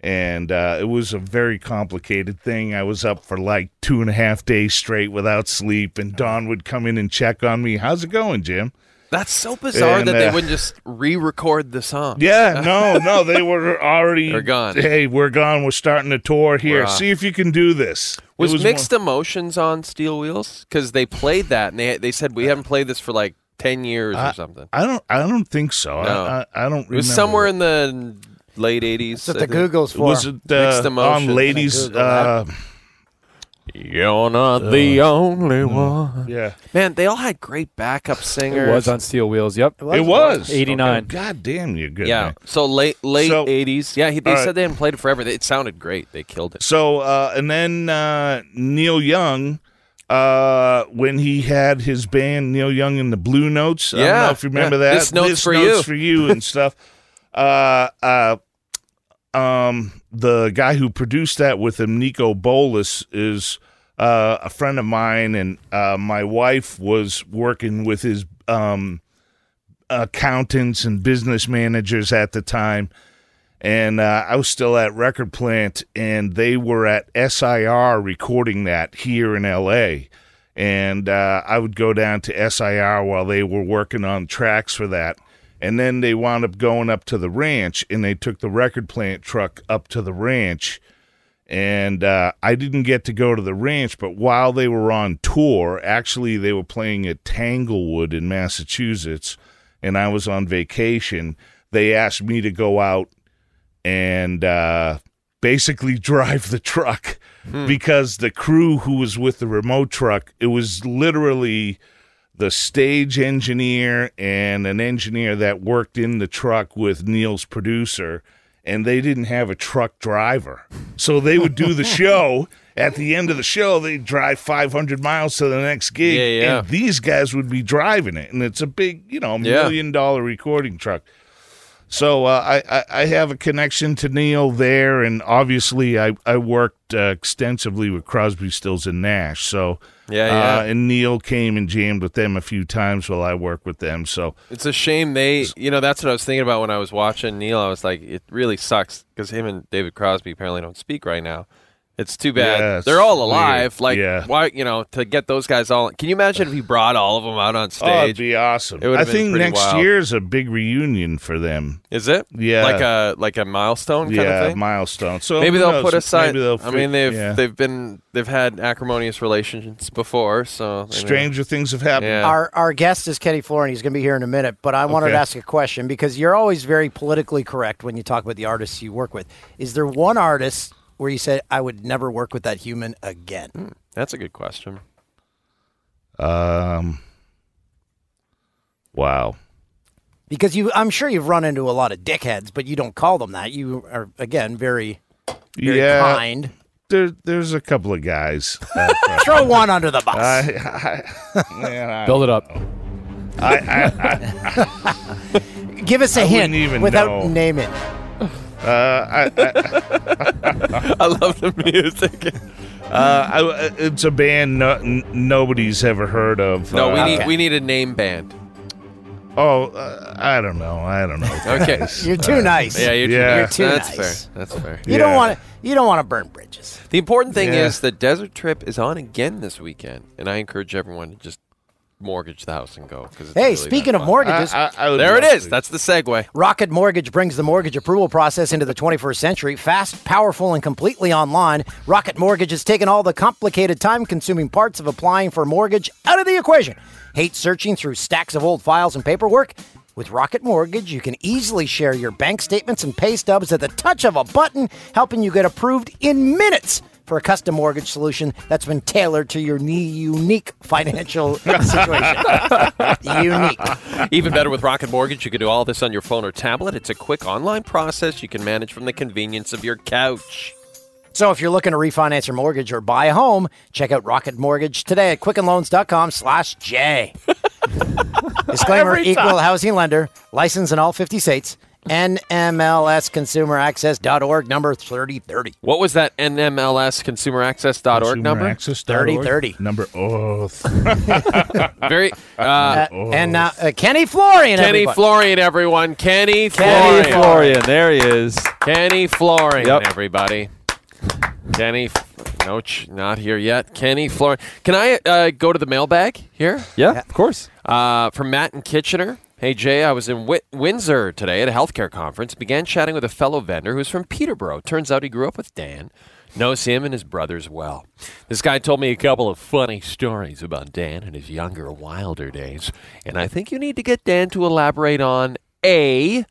Speaker 6: and uh, it was a very complicated thing. I was up for like two and a half days straight without sleep, and Don would come in and check on me. How's it going, Jim?
Speaker 4: That's so bizarre
Speaker 6: And,
Speaker 4: that they
Speaker 6: uh,
Speaker 4: wouldn't just re-record the song.
Speaker 6: Yeah, no, no, they were already
Speaker 4: They're gone.
Speaker 6: Hey, we're gone. We're starting a tour here.
Speaker 4: We're off.
Speaker 6: See if you can do this. It
Speaker 4: Was,
Speaker 6: one-
Speaker 4: mixed emotions on Steel Wheels because they played that and they they said we haven't played this for like ten years or something.
Speaker 6: Uh, I don't. I don't think so.
Speaker 4: No.
Speaker 6: I, I, I don't.
Speaker 4: It was somewhere in the late eighties.
Speaker 3: That's what the Google's for.
Speaker 6: was it uh,
Speaker 4: Mixed
Speaker 6: on
Speaker 4: emotions.
Speaker 6: ladies?
Speaker 3: Google that.
Speaker 6: Uh,
Speaker 4: You're not the only
Speaker 6: mm.
Speaker 4: one.
Speaker 6: yeah,
Speaker 4: Man, they all had great backup
Speaker 9: It
Speaker 4: singers.
Speaker 9: was on Steel Wheels. Yep.
Speaker 6: it was
Speaker 9: 89.
Speaker 6: Okay. God damn, you're good.
Speaker 4: yeah.
Speaker 6: man.
Speaker 4: So late late
Speaker 6: So-
Speaker 4: eighties. yeah, he, they
Speaker 6: All right.
Speaker 4: said they hadn't played it forever. They- It sounded great. They killed it.
Speaker 6: So uh, and then uh, Neil Young, uh, when he had his band Neil Young and the Blue Notes. I don't
Speaker 4: Yeah,
Speaker 6: know if you remember
Speaker 4: yeah.
Speaker 6: that.
Speaker 4: This Note's for
Speaker 6: Note's
Speaker 4: You.
Speaker 6: for you and stuff. uh, uh, um, the guy who produced that with him, Nico Bolas, is uh, a friend of mine, and uh, my wife was working with his um, accountants and business managers at the time and uh, I was still at Record Plant, and they were at SIR recording that here in LA. And uh, I would go down to SIR while they were working on tracks for that. And then they wound up going up to the ranch, and they took the Record Plant truck up to the ranch. And uh, I didn't get to go to the ranch, but while they were on tour, actually, they were playing at Tanglewood in Massachusetts, and I was on vacation. They asked me to go out and uh, basically drive the truck
Speaker 4: Hmm.
Speaker 6: because the crew who was with the remote truck, it was literally the stage engineer and an engineer that worked in the truck with Neil's producer, and they didn't have a truck driver. So they would do the show. At the end of the show, they'd drive 500 miles to the next gig,
Speaker 4: Yeah, yeah.
Speaker 6: and these guys would be driving it. And it's a big, you know,
Speaker 4: Yeah.
Speaker 6: million dollar recording truck. So uh, I, I I have a connection to Neil there, and obviously I I worked uh, extensively with Crosby, Stills, and Nash. So
Speaker 4: Yeah, yeah.
Speaker 6: Uh, and Neil came and jammed with them a few times while I worked with them. So
Speaker 4: It's a shame they, you know, that's what I was thinking about when I was watching Neil. I was like, it really sucks because him and David Crosby apparently don't speak right now. It's too bad.
Speaker 6: Yeah, it's
Speaker 4: They're all alive.
Speaker 6: weird.
Speaker 4: Like,
Speaker 6: Yeah.
Speaker 4: why, you know, to get those guys all. Can you imagine if he brought all of them out on
Speaker 6: oh, it'd
Speaker 4: stage?
Speaker 6: be awesome.
Speaker 4: It would've
Speaker 6: I
Speaker 4: been
Speaker 6: think
Speaker 4: pretty
Speaker 6: next
Speaker 4: wild.
Speaker 6: year's a big reunion for them.
Speaker 4: Is it?
Speaker 6: Yeah.
Speaker 4: Like a like a milestone kind
Speaker 6: yeah,
Speaker 4: of thing.
Speaker 6: milestone. So
Speaker 4: Maybe
Speaker 6: who
Speaker 4: they'll
Speaker 6: knows?
Speaker 4: put aside.
Speaker 6: Maybe they'll
Speaker 4: I mean,
Speaker 6: fi-
Speaker 4: they've
Speaker 6: yeah.
Speaker 4: they've been they've had acrimonious relations before, so they may-
Speaker 6: stranger things have happened.
Speaker 4: Yeah.
Speaker 3: Our our guest is Kenny Florin. He's going to be here in a minute, but I wanted
Speaker 6: Okay.
Speaker 3: to ask a question because you're always very politically correct when you talk about the artists you work with. Is there one artist where you said I would never work with that human again?
Speaker 6: Hmm.
Speaker 4: That's a good question.
Speaker 6: Um. Wow.
Speaker 3: Because you, I'm sure you've run into a lot of dickheads, but you don't call them that. You are again very very
Speaker 6: yeah.
Speaker 3: kind.
Speaker 6: There, there's a couple of guys. Uh,
Speaker 3: Throw one under the bus.
Speaker 6: I, I, man, I,
Speaker 9: Build it up.
Speaker 6: I, I,
Speaker 3: Give us a hint
Speaker 6: wouldn't even
Speaker 3: without
Speaker 6: know.
Speaker 3: naming.
Speaker 6: I, uh, I, I,
Speaker 4: I love the music.
Speaker 6: uh, I, it's a band no, n- nobody's ever heard of.
Speaker 4: no, we
Speaker 6: Uh,
Speaker 4: need we need a name band.
Speaker 6: Oh, uh, I don't know. I don't know.
Speaker 4: Okay.
Speaker 6: guys.
Speaker 3: You're too nice.
Speaker 4: Yeah, you're,
Speaker 6: Yeah.
Speaker 4: You're
Speaker 3: You're too
Speaker 4: That's
Speaker 3: nice.
Speaker 4: fair. That's fair.
Speaker 3: You don't
Speaker 6: Yeah.
Speaker 3: want to. You don't want to burn bridges.
Speaker 4: The important thing
Speaker 6: Yeah.
Speaker 4: is the desert trip is on again this weekend, and I encourage everyone to just mortgage the house and go. Because
Speaker 3: Hey, speaking of mortgages,
Speaker 6: I, I, I would
Speaker 4: there it
Speaker 6: love
Speaker 4: is.
Speaker 6: to-
Speaker 4: That's the segue.
Speaker 3: Rocket Mortgage brings the mortgage approval process into the 21st century. Fast, powerful, and completely online. Rocket Mortgage has taken all the complicated, time consuming parts of applying for a mortgage out of the equation. Hate searching through stacks of old files and paperwork? With Rocket Mortgage, you can easily share your bank statements and pay stubs at the touch of a button, helping you get approved in minutes for a custom mortgage solution that's been tailored to your nee- unique financial situation. unique.
Speaker 4: Even better with Rocket Mortgage, you can do all this on your phone or tablet. It's a quick online process you can manage from the convenience of your couch.
Speaker 3: So if you're looking to refinance your mortgage or buy a home, check out Rocket Mortgage today at quickandloans.com slash J. Disclaimer, equal housing lender, licensed in all 50 states, NMLSconsumeraccess.org, number 3030.
Speaker 4: What was that NMLSConsumerAccess.org
Speaker 6: Consumer
Speaker 4: number?
Speaker 6: Access dot
Speaker 3: Thirty,
Speaker 6: org.
Speaker 3: thirty.
Speaker 6: Number oh,
Speaker 4: Very uh,
Speaker 3: Uh, and now uh, Kenny Florian,
Speaker 4: Kenny
Speaker 3: everybody.
Speaker 4: Florian, everyone. Kenny,
Speaker 3: Kenny
Speaker 4: Florian.
Speaker 9: Florian, there he is.
Speaker 4: Kenny Flooring,
Speaker 9: Yep.
Speaker 4: everybody. Kenny, no, ch- not here yet. Kenny Flooring. Can I uh, go to the mailbag here?
Speaker 9: Yeah, of course.
Speaker 4: Uh, from Matt and Kitchener. Hey, Jay, I was in Wi- Windsor today at a healthcare conference. Began chatting with a fellow vendor who's from Peterborough. Turns out he grew up with Dan, knows him and his brothers well. This guy told me a couple of funny stories about Dan and his younger, wilder days. And I think you need to get Dan to elaborate on A,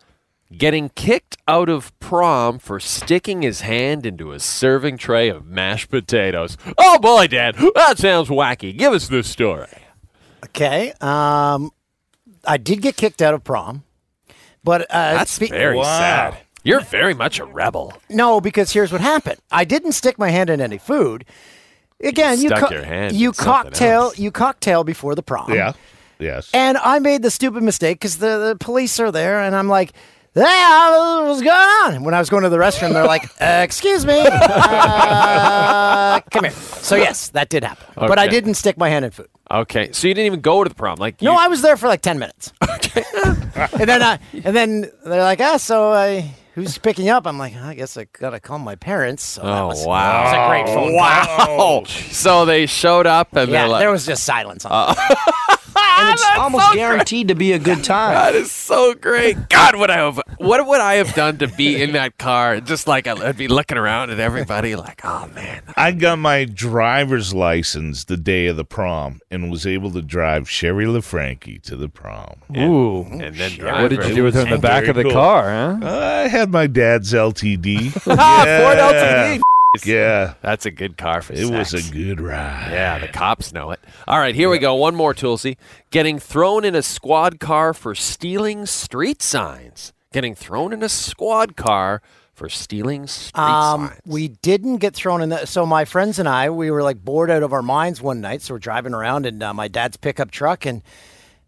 Speaker 4: getting kicked out of prom for sticking his hand into a serving tray of mashed potatoes. Oh, boy, Dan, that sounds wacky. Give us this story.
Speaker 3: Okay. Um, I did get kicked out of prom. But uh,
Speaker 4: That's
Speaker 3: spe-
Speaker 4: very sad. You're very much a rebel.
Speaker 3: No, because here's what happened. I didn't stick my hand in any food. Again, you
Speaker 4: stuck
Speaker 3: co-
Speaker 4: your hand
Speaker 3: you
Speaker 4: in something
Speaker 3: cocktail
Speaker 4: else.
Speaker 3: you cocktail before the prom.
Speaker 6: yeah, yes.
Speaker 3: And I made the stupid mistake because the, the police are there, and I'm like, "Ah, what's going on? And when I was going to the restroom, they're like, uh, excuse me, uh, come here. So, yes, that did happen. But I
Speaker 4: Okay.
Speaker 3: didn't stick my hand in food.
Speaker 4: Okay, so you didn't even go to the prom, like
Speaker 3: No,
Speaker 4: you-
Speaker 3: I was there for like 10 minutes. and then I, and then they're like, ah, so I, who's picking you up? I'm like, I guess I got to call my parents. So that
Speaker 4: Oh
Speaker 3: was- That
Speaker 4: wow!
Speaker 3: was a great phone call.
Speaker 4: Wow! So they showed up and
Speaker 3: Yeah,
Speaker 4: they're like, Uh,
Speaker 3: there was just silence. On that.
Speaker 8: And it's almost guaranteed to be a good time.
Speaker 4: "That is so great! God, would I have? What would I have done to be in that car? Just like I'd be looking around at everybody, like, oh man,
Speaker 6: I got my driver's license the day of the prom and was able to drive Sherry LaFranchi to the prom.
Speaker 9: Ooh.
Speaker 4: and then
Speaker 9: What did you do with her in the
Speaker 6: Very
Speaker 9: back of the
Speaker 6: cool.
Speaker 9: car, huh?
Speaker 6: I had my dad's LTD.
Speaker 4: Ah, Ford LTD.
Speaker 6: Yeah,
Speaker 4: That's a good car for
Speaker 6: it was
Speaker 4: sex.
Speaker 6: a good ride.
Speaker 4: Yeah, the cops know it. All right, here we go. One more, Tulsi. Getting thrown in a squad car for stealing street signs. Getting thrown in a squad car for stealing street
Speaker 3: Um,
Speaker 4: signs.
Speaker 3: we didn't get thrown in the. So my friends and I, we were like bored out of our minds one night. So we're driving around in uh, my dad's pickup truck, and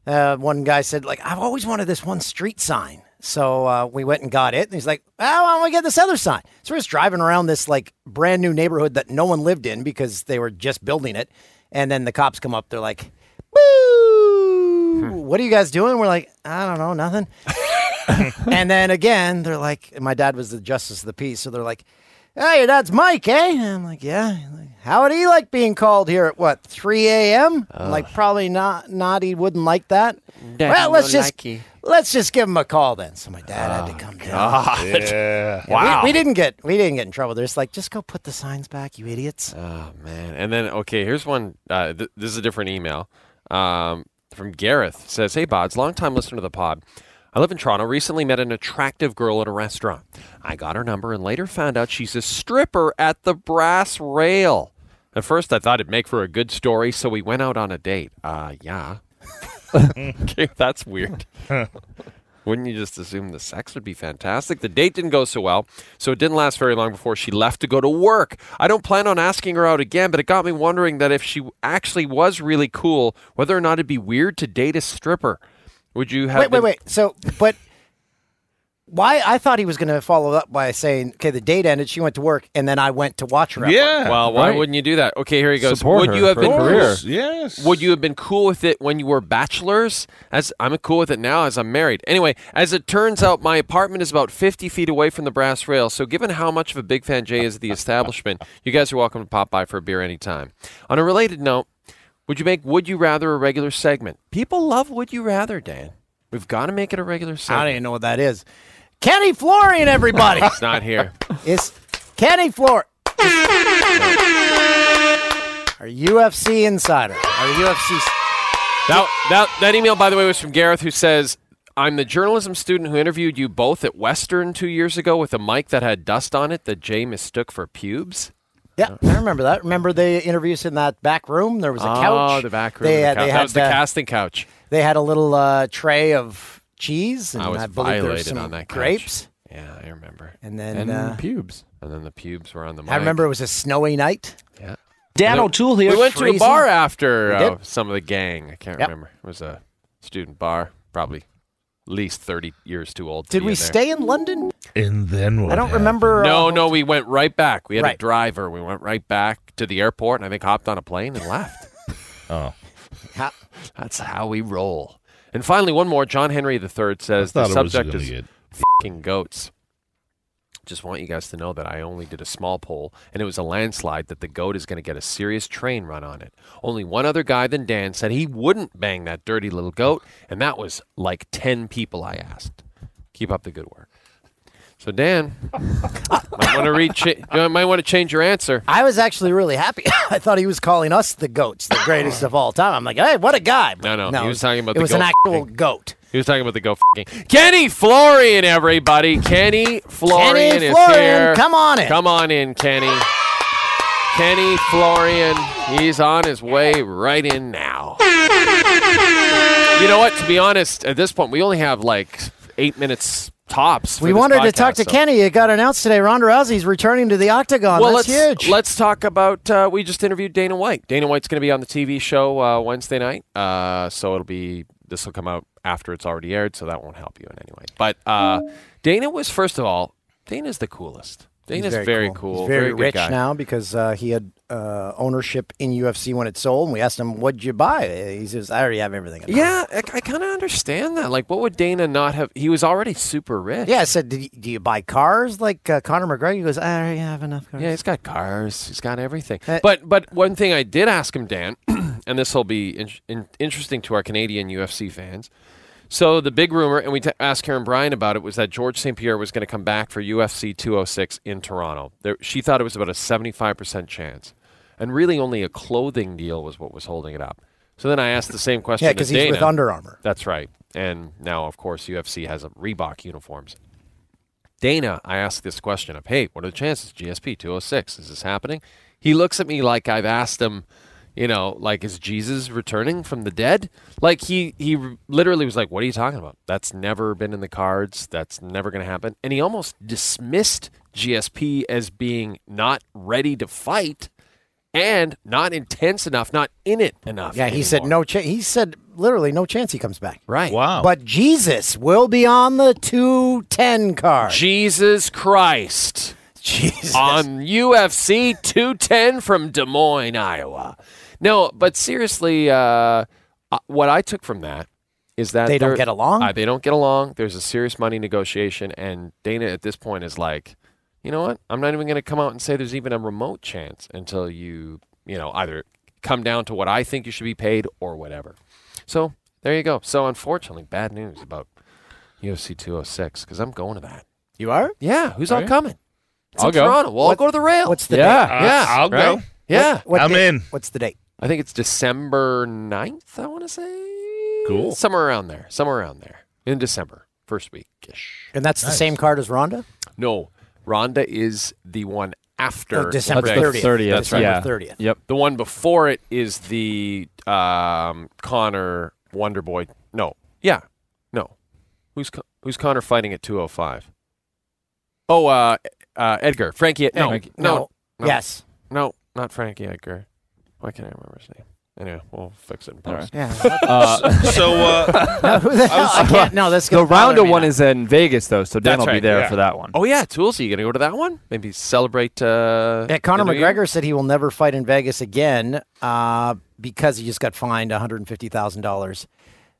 Speaker 3: uh, one guy said, "Like I've always wanted this one street sign." So uh, we went and got it. And he's like, oh, why don't we get this other sign? So we're just driving around this like brand new neighborhood that no one lived in because they were just building it. And then the cops come up. They're like, boo, what are you guys doing? We're like, I don't know, nothing. and then again, they're like, and my dad was the justice of the peace. So they're like, hey, your dad's Mike, eh? And I'm like, yeah. And they're like, How would he like being called here at what, 3 a.m.? I'm Like, probably not, not. He wouldn't like that. well, let's
Speaker 10: no
Speaker 3: just,
Speaker 10: likey.
Speaker 3: let's just give him a call then. So my dad had to come down.
Speaker 6: Yeah.
Speaker 3: Wow. We, we didn't get, we didn't get in trouble. They're just like, just go put the signs back, you idiots.
Speaker 4: Oh man! And then okay, here's one. Uh, th- this is a different email um, from Gareth. Says, "Hey Bods, long time listener to the pod. I live in Toronto. Recently met an attractive girl at a restaurant. I got her number and later found out she's a stripper at the Brass Rail. At first, I thought it'd make for a good story, so we went out on a date. Uh, yeah. okay, that's weird. Wouldn't you just assume the sex would be fantastic? The date didn't go so well, so it didn't last very long before she left to go to work. I don't plan on asking her out again, but it got me wondering that if she actually was really cool, whether or not it'd be weird to date a stripper. Would you have
Speaker 3: wait, wait,
Speaker 4: been-
Speaker 3: wait. So, but why? I thought he was going to follow up by saying, "Okay, the date ended. She went to work, and then I went to watch her." at work."
Speaker 6: Yeah.
Speaker 4: Well, why
Speaker 9: Right.
Speaker 4: wouldn't you do that? Okay, here he goes.
Speaker 9: Support
Speaker 4: would
Speaker 9: her
Speaker 4: you have
Speaker 9: for
Speaker 4: been
Speaker 9: her career.
Speaker 6: Yes.
Speaker 4: Would you have been cool with it when you were bachelors? As I'm cool with it now, as I'm married. Anyway, as it turns out, my apartment is about 50 feet away from the brass rail. So, given how much of a big fan Jay is of the establishment, you guys are welcome to pop by for a beer anytime. On a related note, would you make Would You Rather a regular segment? People love Would You Rather, Dan. We've got to make it a regular
Speaker 3: I
Speaker 4: segment.
Speaker 3: don't even know what that is. Kenny Florian, everybody,
Speaker 4: It's not here.
Speaker 3: it's Kenny Flor. Our UFC insider, our UFC.
Speaker 4: That, that, that email, by the way, was from Gareth, who says, I'm the journalism student who interviewed you both at Western two years ago with a mic that had dust on it that Jay mistook for pubes.
Speaker 3: Yeah, I remember that. Remember the interviews in that back room? There was a couch.
Speaker 4: Oh, the back room.
Speaker 3: They
Speaker 4: the
Speaker 3: had,
Speaker 4: couch.
Speaker 3: they
Speaker 4: that was
Speaker 3: had,
Speaker 4: the
Speaker 3: uh,
Speaker 4: casting couch.
Speaker 3: they had a little uh, tray of cheese, and
Speaker 4: I was
Speaker 3: believe there was
Speaker 4: violated
Speaker 3: some
Speaker 4: on that couch.
Speaker 3: grapes,
Speaker 4: Yeah, I remember.
Speaker 3: and then
Speaker 9: and
Speaker 3: uh,
Speaker 9: pubes.
Speaker 4: And then the pubes were on the mic.
Speaker 3: I remember it was a snowy night.
Speaker 4: Yeah.
Speaker 8: Dan
Speaker 4: No.
Speaker 8: O'Toole here.
Speaker 4: We went to a
Speaker 8: freezing.
Speaker 4: bar after
Speaker 3: We
Speaker 4: uh,
Speaker 3: did.
Speaker 4: some of the gang. I can't
Speaker 3: Yep.
Speaker 4: remember. It was a student bar, probably at least 30 years too old. to
Speaker 3: Did
Speaker 4: be
Speaker 3: we
Speaker 4: in there.
Speaker 3: stay in London?
Speaker 6: And then what?
Speaker 3: I don't
Speaker 6: happened?
Speaker 3: remember.
Speaker 4: No,
Speaker 3: uh,
Speaker 4: no, we went right back. We had a
Speaker 3: Right.
Speaker 4: driver. We went right back to the airport, and I think hopped on a plane and left.
Speaker 6: Oh.
Speaker 3: ha-
Speaker 4: That's how we roll. And finally, one more. John Henry III says the
Speaker 6: Thought it was
Speaker 4: subject
Speaker 6: gonna
Speaker 4: is
Speaker 6: get-
Speaker 4: fing goats. Just want you guys to know that I only did a small poll, and it was a landslide that the goat is going to get a serious train run on it. Only one other guy than Dan said he wouldn't bang that dirty little goat, and that was like 10 people I asked. Keep up the good work. So, Dan, might want to read. Cha- you might want to change your answer.
Speaker 3: I was actually really happy. I thought he was calling us the goats, the greatest of all time. I'm like, hey, what a guy! But
Speaker 4: No, no, he was talking about
Speaker 3: it
Speaker 4: the
Speaker 3: was an
Speaker 4: goat
Speaker 3: actual goat.
Speaker 4: He was talking about the go fing Kenny Florian, everybody. Kenny Florian
Speaker 3: Kenny
Speaker 4: is
Speaker 3: Florian,
Speaker 4: here.
Speaker 3: come on in.
Speaker 4: Come on in, Kenny. Kenny Florian, he's on his way right in now. You know what? To be honest, at this point, we only have like eight minutes tops. for
Speaker 3: We
Speaker 4: this
Speaker 3: wanted to
Speaker 4: podcast,
Speaker 3: talk to
Speaker 4: so-
Speaker 3: Kenny. It got announced today. Ronda Rousey's returning to the octagon.
Speaker 4: Well,
Speaker 3: That's
Speaker 4: let's
Speaker 3: huge.
Speaker 4: let's talk about. Uh, we just interviewed Dana White. Dana White's going to be on the TV show uh, Wednesday night, uh, so it'll be this will come out after it's already aired, so that won't help you in any way. But uh, Dana was first of all, Dana's the coolest.
Speaker 3: He's
Speaker 4: Dana's very, cool,
Speaker 3: He's very,
Speaker 4: good
Speaker 3: rich
Speaker 4: guy.
Speaker 3: now because uh, he had uh, ownership in UFC when it sold. And we asked him, "What'd you buy?" He says, "I already have everything." I know."
Speaker 4: Yeah, I, I kind of understand that. Like, what would Dana not have? He was already super rich.
Speaker 3: yeah. I said, Did you, "Do you buy cars like uh, Conor McGregor?" He goes, "I already have enough cars."
Speaker 4: Yeah, he's got cars. He's got everything.
Speaker 3: Uh,
Speaker 4: but but one thing I did ask him, Dan, and this will be in, in, interesting to our Canadian UFC fans. So the big rumor, and we t- asked Karen Bryan about it, was that George St. Pierre was going to come back for UFC 206 in Toronto. There, she thought it was about a 75% chance, and really only a clothing deal was what was holding it up. So then I asked the same question.
Speaker 3: Yeah,
Speaker 4: to
Speaker 3: because he's with
Speaker 4: Dana.
Speaker 3: Under Armour.
Speaker 4: That's right. And now, of course, UFC has a Reebok uniforms. Dana, I asked this question of, hey, what are the chances? GSP 206, is this happening? He looks at me like I've asked him, you know, like, is Jesus returning from the dead? Like, he, he r- literally was like, what are you talking about? That's never been in the cards. That's never going to happen. And he almost dismissed GSP as being not ready to fight and not intense enough, not in it enough.
Speaker 3: Yeah, he said
Speaker 4: anymore.
Speaker 3: no chance. He said literally no chance he comes back.
Speaker 4: Right.
Speaker 6: Wow.
Speaker 3: But Jesus will be on the 210 card.
Speaker 4: Jesus Christ.
Speaker 3: Jesus.
Speaker 4: on UFC 210 from Des Moines, Iowa. No, but seriously, uh, uh, what I took from that is that
Speaker 3: They don't
Speaker 4: there-
Speaker 3: get along?
Speaker 4: Uh, they don't get along. There's a serious money negotiation, and Dana at this point is like, you know what? I'm not even going to come out and say there's even a remote chance until you, you know, either come down to what I think you should be paid or whatever. So there you go. So unfortunately, bad news about UFC 206 because oh I'm going to that.
Speaker 3: you are?
Speaker 4: Yeah, who's all
Speaker 9: you?
Speaker 4: coming? It's
Speaker 9: I'll
Speaker 4: in
Speaker 9: go.
Speaker 4: Toronto. We'll all go to the rail.
Speaker 3: What's the
Speaker 9: Yeah.
Speaker 3: date?
Speaker 6: Uh,
Speaker 4: yeah,
Speaker 6: I'll
Speaker 4: right?
Speaker 6: go.
Speaker 4: Yeah.
Speaker 3: What
Speaker 6: I'm
Speaker 3: date?
Speaker 6: in.
Speaker 3: What's the date?
Speaker 4: I think it's December 9th, I want to say.
Speaker 6: Cool.
Speaker 4: Somewhere around there. Somewhere around there. In December. First week ish.
Speaker 3: And that's the same card as Ronda?
Speaker 4: No, Ronda is the one after
Speaker 3: Oh, December
Speaker 4: Vegas.
Speaker 3: 30th.
Speaker 4: That's right.
Speaker 3: December
Speaker 9: yeah.
Speaker 3: 30th.
Speaker 9: Yep.
Speaker 4: The one before it is the um, Connor Wonderboy. No. Yeah. No. Who's Con- who's Connor fighting at 205? Oh, uh, uh, Edgar. Frankie. No.
Speaker 9: Frankie.
Speaker 4: No. no.
Speaker 3: Yes.
Speaker 4: No, not Frankie Edgar. Why can't I remember his name? Anyway, we'll fix it in
Speaker 9: All
Speaker 4: post.
Speaker 3: Yeah.
Speaker 9: Uh,
Speaker 6: So uh,
Speaker 3: Who the hell? I can't. No, that's
Speaker 9: the
Speaker 3: gonna bother
Speaker 9: Rounder
Speaker 3: me
Speaker 9: one
Speaker 3: now.
Speaker 9: is in Vegas though, so
Speaker 4: That's
Speaker 9: Dan will be
Speaker 4: right,
Speaker 9: there
Speaker 6: yeah.
Speaker 9: for that one.
Speaker 4: Oh yeah, Tools. Are you gonna go to that one? Maybe celebrate. Uh,
Speaker 3: Yeah, Conor
Speaker 4: the new year?
Speaker 3: McGregor said he will never fight in Vegas again uh, because he just got fined $150,000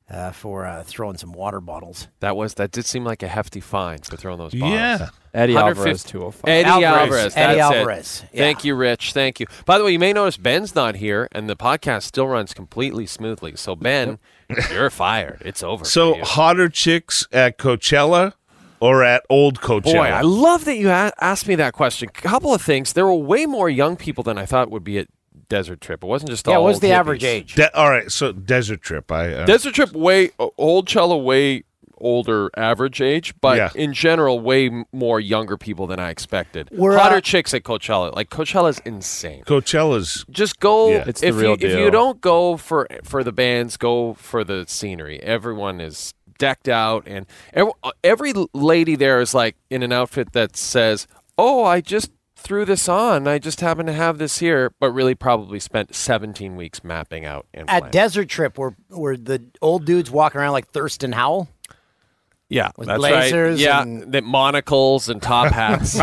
Speaker 3: uh, for uh, throwing some water bottles.
Speaker 4: That was that did seem like a hefty fine for throwing those bombs.
Speaker 6: yeah,
Speaker 9: Eddie Alvarez
Speaker 4: 150
Speaker 9: two oh five.
Speaker 4: Eddie
Speaker 3: Alvarez.
Speaker 4: Alvarez.
Speaker 3: Eddie
Speaker 4: that's it.
Speaker 3: Alvarez, yeah.
Speaker 4: Thank you, Rich. Thank you. By the way, you may notice Ben's not here, and the podcast still runs completely smoothly. So Ben, you're fired. It's over.
Speaker 6: so
Speaker 4: for you.
Speaker 6: hotter chicks at Coachella or at old Coachella?
Speaker 4: Boy, I love that you a- asked me that question. Couple of things. There were way more young people than I thought would be at Desert Trip. It wasn't just
Speaker 3: Yeah,
Speaker 4: all
Speaker 3: what was
Speaker 4: old
Speaker 3: the
Speaker 4: hippies.
Speaker 3: average age?
Speaker 6: De- all right, so desert trip. I uh,
Speaker 4: Desert Trip way o- old Chella way older average age, but
Speaker 6: Yeah.
Speaker 4: in general way m- more younger people than I expected.
Speaker 3: We're,
Speaker 4: Hotter
Speaker 3: uh,
Speaker 4: chicks at Coachella. Like Coachella's insane.
Speaker 6: Coachella's
Speaker 4: Just go
Speaker 6: Yeah.
Speaker 9: It's the
Speaker 4: if
Speaker 9: real
Speaker 4: you if you
Speaker 9: deal.
Speaker 4: don't go for for the bands, go for the scenery. Everyone is decked out and every, every lady there is like in an outfit that says, "Oh, I just threw this on. I just happen to have this here," but really probably spent 17 weeks mapping out and
Speaker 3: At
Speaker 4: planning.
Speaker 3: Desert Trip, were, were the old dudes walking around like Thurston Howell?
Speaker 4: Yeah,
Speaker 3: With
Speaker 4: that's right.
Speaker 3: blazers
Speaker 4: Yeah,
Speaker 3: and-
Speaker 4: the monocles and top hats.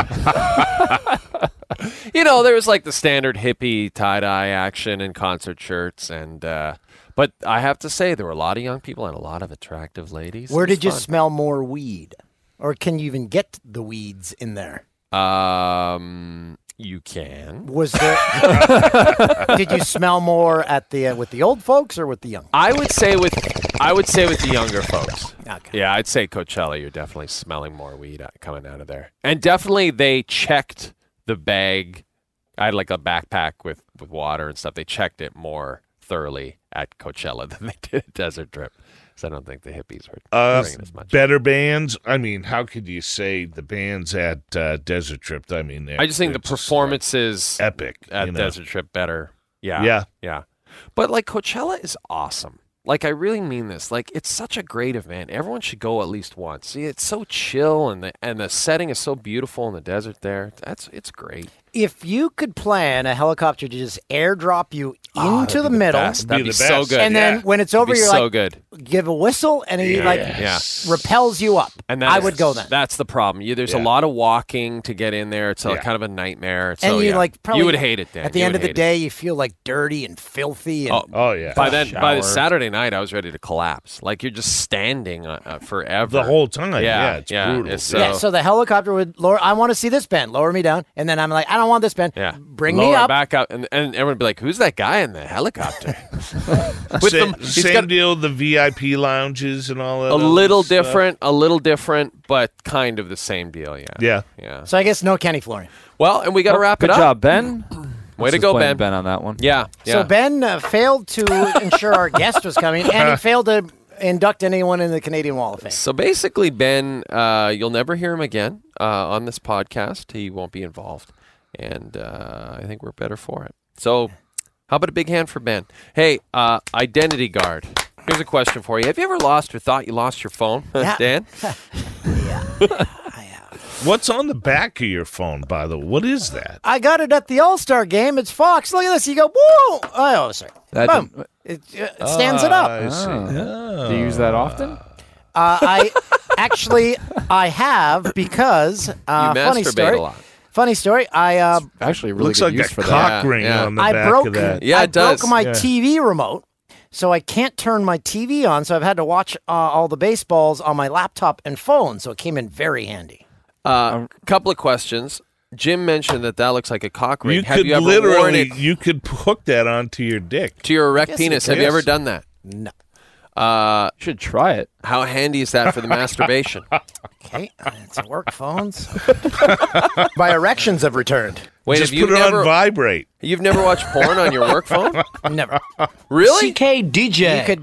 Speaker 4: you know, there was like the standard hippie tie dye action and concert shirts, and uh, but I have to say there were a lot of young people and a lot of attractive ladies.
Speaker 3: Where
Speaker 4: It was
Speaker 3: did you
Speaker 4: fun.
Speaker 3: smell more weed? Or can you even get the weeds in there?
Speaker 4: um, you can.
Speaker 3: Was there? did you smell more at the uh, with the old folks or with the young?
Speaker 4: I would say with I would say with the younger folks.
Speaker 3: Okay.
Speaker 4: Yeah, I'd say Coachella. You're definitely smelling more weed out- coming out of there, and definitely they checked the bag. I had like a backpack with with water and stuff. They checked it more thoroughly at Coachella than they did at Desert Trip, because I don't think the hippies were
Speaker 6: Uh,
Speaker 4: bringing as much.
Speaker 6: better bands. I mean, how could you say the bands at uh, Desert Trip? I mean, they're-
Speaker 4: I just think the
Speaker 6: they're like,
Speaker 4: performances
Speaker 6: epic
Speaker 4: at
Speaker 6: you know?
Speaker 4: Desert Trip better. Yeah.
Speaker 6: Yeah.
Speaker 4: Yeah. But like Coachella is awesome. Like I really mean this. Like it's such a great event. Everyone should go at least once. See, it's so chill and the and the setting is so beautiful in the desert there. That's it's great.
Speaker 3: If you could plan a helicopter to just airdrop you
Speaker 4: Oh,
Speaker 3: into the
Speaker 4: that'd be
Speaker 3: middle,
Speaker 4: best.
Speaker 6: Be
Speaker 4: That'd be,
Speaker 6: the
Speaker 4: so
Speaker 6: best.
Speaker 4: good.
Speaker 3: and then
Speaker 6: yeah.
Speaker 3: when it's
Speaker 4: It'd
Speaker 3: over,
Speaker 4: be
Speaker 3: you're
Speaker 4: so
Speaker 3: like,
Speaker 4: good.
Speaker 3: give a whistle, and he like
Speaker 4: Yeah.
Speaker 3: repels you up.
Speaker 4: And that
Speaker 3: I
Speaker 4: is-
Speaker 3: would go then.
Speaker 4: That's the problem. You, there's a
Speaker 6: Yeah.
Speaker 4: lot of walking to get in there. It's a,
Speaker 6: Yeah.
Speaker 4: kind of a nightmare. So,
Speaker 3: and you
Speaker 4: yeah.
Speaker 3: like probably
Speaker 4: you would hate it then.
Speaker 3: At the
Speaker 4: You
Speaker 3: end of
Speaker 4: would
Speaker 3: the
Speaker 4: hate
Speaker 3: day,
Speaker 4: it.
Speaker 3: you feel like dirty and filthy. And
Speaker 4: Oh,
Speaker 6: Oh yeah,
Speaker 4: by then by the
Speaker 9: Shower.
Speaker 4: Saturday night, I was ready to collapse. Like you're just standing uh, uh, forever
Speaker 6: the whole time. Yeah,
Speaker 4: Yeah,
Speaker 6: it's
Speaker 4: yeah,
Speaker 6: brutal.
Speaker 4: it's, uh,
Speaker 3: yeah,
Speaker 4: so-
Speaker 3: so the helicopter would lower. I want to see this bend. Lower me down, and then I'm like, I don't want this bend.
Speaker 4: Yeah.
Speaker 3: bring
Speaker 4: Lower
Speaker 3: me up.
Speaker 4: back up. And, and everyone would be like, who's that guy in the helicopter? With
Speaker 6: Sa-
Speaker 4: the- he's
Speaker 6: same
Speaker 4: got
Speaker 6: deal. The VIP lounges and all that.
Speaker 4: a
Speaker 6: other
Speaker 4: little
Speaker 6: stuff.
Speaker 4: different, a little different, but kind of the same deal. Yeah.
Speaker 6: Yeah.
Speaker 4: Yeah.
Speaker 3: So I guess no Kenny Florian.
Speaker 4: Well, and we got to wrap
Speaker 9: Oh, Good
Speaker 4: it up.
Speaker 9: job, Ben.
Speaker 4: Way to
Speaker 9: Just
Speaker 4: go,
Speaker 9: blame
Speaker 4: Ben.
Speaker 9: Ben on that one.
Speaker 4: Yeah. yeah.
Speaker 3: So Ben uh, failed to ensure our guest was coming, and he failed to induct anyone in the Canadian Wall of Fame.
Speaker 4: So basically, Ben, uh, you'll never hear him again uh, on this podcast. He won't be involved, and uh, I think we're better for it. So, how about a big hand for Ben? Hey, uh, identity guard. Here's a question for you: Have you ever lost or thought you lost your phone,
Speaker 3: Yeah.
Speaker 4: Dan?
Speaker 6: What's on the back of your phone, by the way? What is that?
Speaker 3: I got it at the All Star game. It's Fox. Look at this. You go, whoa! Oh, sorry.
Speaker 9: That
Speaker 3: Boom.
Speaker 9: didn't- Uh,
Speaker 3: It, it stands it up.
Speaker 6: I see.
Speaker 9: Ah. Do you use that often?
Speaker 3: Uh, I actually I have because uh,
Speaker 4: You
Speaker 3: funny
Speaker 4: masturbate
Speaker 3: story.
Speaker 4: a lot.
Speaker 3: Funny story. I uh,
Speaker 9: Actually, really
Speaker 6: Looks
Speaker 9: good
Speaker 6: like
Speaker 9: use
Speaker 6: a
Speaker 9: for
Speaker 6: cock
Speaker 4: Yeah,
Speaker 6: ring
Speaker 4: yeah.
Speaker 6: on the
Speaker 3: I
Speaker 6: back
Speaker 3: broke
Speaker 6: of that.
Speaker 4: Yeah,
Speaker 3: I
Speaker 4: it
Speaker 3: broke
Speaker 4: does.
Speaker 3: my
Speaker 6: Yeah.
Speaker 3: TV remote, so I can't turn my TV on. So I've had to watch uh, all the baseballs on my laptop and phone. So it came in very handy.
Speaker 4: Uh, couple of questions. Jim mentioned that that looks like a cock ring.
Speaker 6: You
Speaker 4: Have
Speaker 6: could
Speaker 4: you ever worn
Speaker 6: literally
Speaker 4: it
Speaker 6: you could hook that onto your dick.
Speaker 4: to your erect
Speaker 3: Yes,
Speaker 4: penis?
Speaker 3: yes,
Speaker 4: Have you
Speaker 6: yes.
Speaker 4: ever done that?
Speaker 3: No.
Speaker 4: Uh,
Speaker 9: that. You should try it.
Speaker 4: how handy is that for the masturbation?
Speaker 3: Okay, uh, it's a work phones. my erections have returned.
Speaker 4: Wait,
Speaker 6: Just
Speaker 4: have you
Speaker 6: put it
Speaker 4: never
Speaker 6: on vibrate.
Speaker 4: you've never watched porn on your work phone?
Speaker 3: Never.
Speaker 4: Really?
Speaker 8: CK DJ.
Speaker 3: You could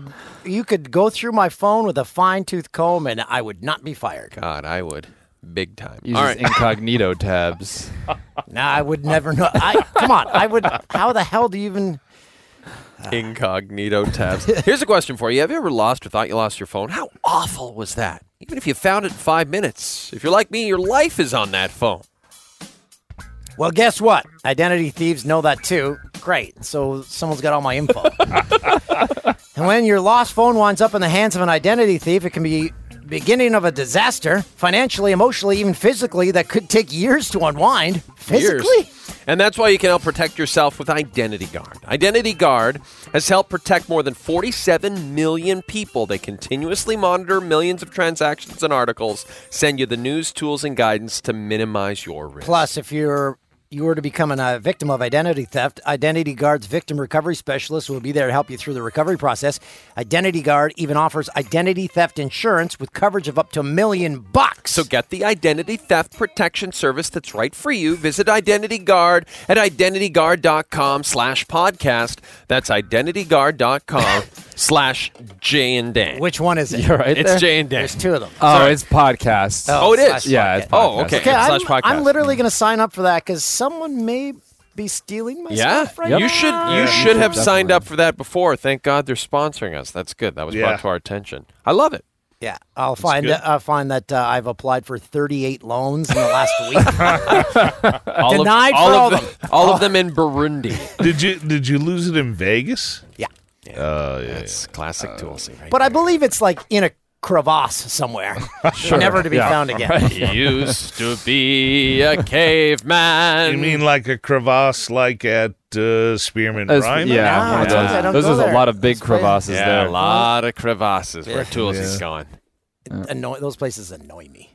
Speaker 3: you could go through my phone with a fine tooth comb, and I would not be fired.
Speaker 4: God, I would big time.
Speaker 9: Uses
Speaker 4: All right.
Speaker 9: incognito tabs.
Speaker 3: No, I would never know. I come on. I would. How the hell do you even?
Speaker 4: Incognito tabs. Here's a question for you. Have you ever lost or thought you lost your phone? How awful was that? Even if you found it in five minutes. If you're like me, your life is on that phone.
Speaker 3: Well, guess what? Identity thieves know that too. Great. So someone's got all my info. and when your lost phone winds up in the hands of an identity thief, it can be beginning of a disaster financially emotionally even physically that could take years to unwind
Speaker 4: years.
Speaker 3: physically
Speaker 4: And that's why you can help protect yourself with Identity Guard. Identity Guard has helped protect more than 47 million people. They continuously monitor millions of transactions and articles, send you the news, tools, and guidance to minimize your risk.
Speaker 3: plus if you're you were to become a victim of identity theft identity guard's victim recovery specialist will be there to help you through the recovery process identity guard even offers identity theft insurance with coverage of up to a million bucks
Speaker 4: So get the identity theft protection service that's right for you. Visit Identity Guard at identityguard.com slash podcast. That's identityguard.com slash Jay and Dan.
Speaker 3: which one is it
Speaker 9: You're right
Speaker 4: it's
Speaker 9: there.
Speaker 4: Jay and Dan.
Speaker 3: there's two of them
Speaker 9: Oh, it's podcasts.
Speaker 4: Oh, it
Speaker 3: slash
Speaker 4: is.
Speaker 9: yeah. It's
Speaker 4: Oh,
Speaker 9: podcasts.
Speaker 4: okay.
Speaker 3: Okay,
Speaker 4: Slash
Speaker 3: I'm,
Speaker 4: podcast.
Speaker 3: I'm literally going to sign up for that because someone may be stealing my
Speaker 4: Yeah,
Speaker 3: stuff right
Speaker 9: Yep.
Speaker 4: you
Speaker 3: now.
Speaker 4: should you
Speaker 9: you
Speaker 4: should
Speaker 9: should
Speaker 4: have signed
Speaker 9: definitely.
Speaker 4: up for that before. Thank God they're sponsoring us. That's good. That was
Speaker 6: Yeah.
Speaker 4: brought to our attention. I love it.
Speaker 3: Yeah, I'll find
Speaker 6: good.
Speaker 3: I'll find that uh, I've applied for 38 loans in the last week.
Speaker 4: All
Speaker 3: Denied
Speaker 4: of,
Speaker 3: for
Speaker 4: Uh, all
Speaker 3: all
Speaker 4: of
Speaker 3: of
Speaker 4: them. all of them in Burundi.
Speaker 6: Did you did you lose it in Vegas?
Speaker 3: Yeah,
Speaker 6: Oh yeah.
Speaker 4: That's classic Toolsy, right?
Speaker 3: but I believe it's like in a crevasse somewhere, never to be
Speaker 9: Yeah.
Speaker 3: found again.
Speaker 4: I used to be a caveman.
Speaker 6: You mean like a crevasse, like at uh, Spearmint
Speaker 9: That's-
Speaker 6: Rhyme?
Speaker 9: yeah,
Speaker 3: Ah,
Speaker 9: one of
Speaker 3: I told you I
Speaker 9: those.
Speaker 3: don't
Speaker 9: Those
Speaker 3: go
Speaker 9: is a
Speaker 3: there.
Speaker 9: lot of big
Speaker 3: That's crazy.
Speaker 9: crevasses
Speaker 4: yeah,
Speaker 9: there.
Speaker 4: a lot of crevasses where Toolsy's gone.
Speaker 3: Annoy- those places annoy me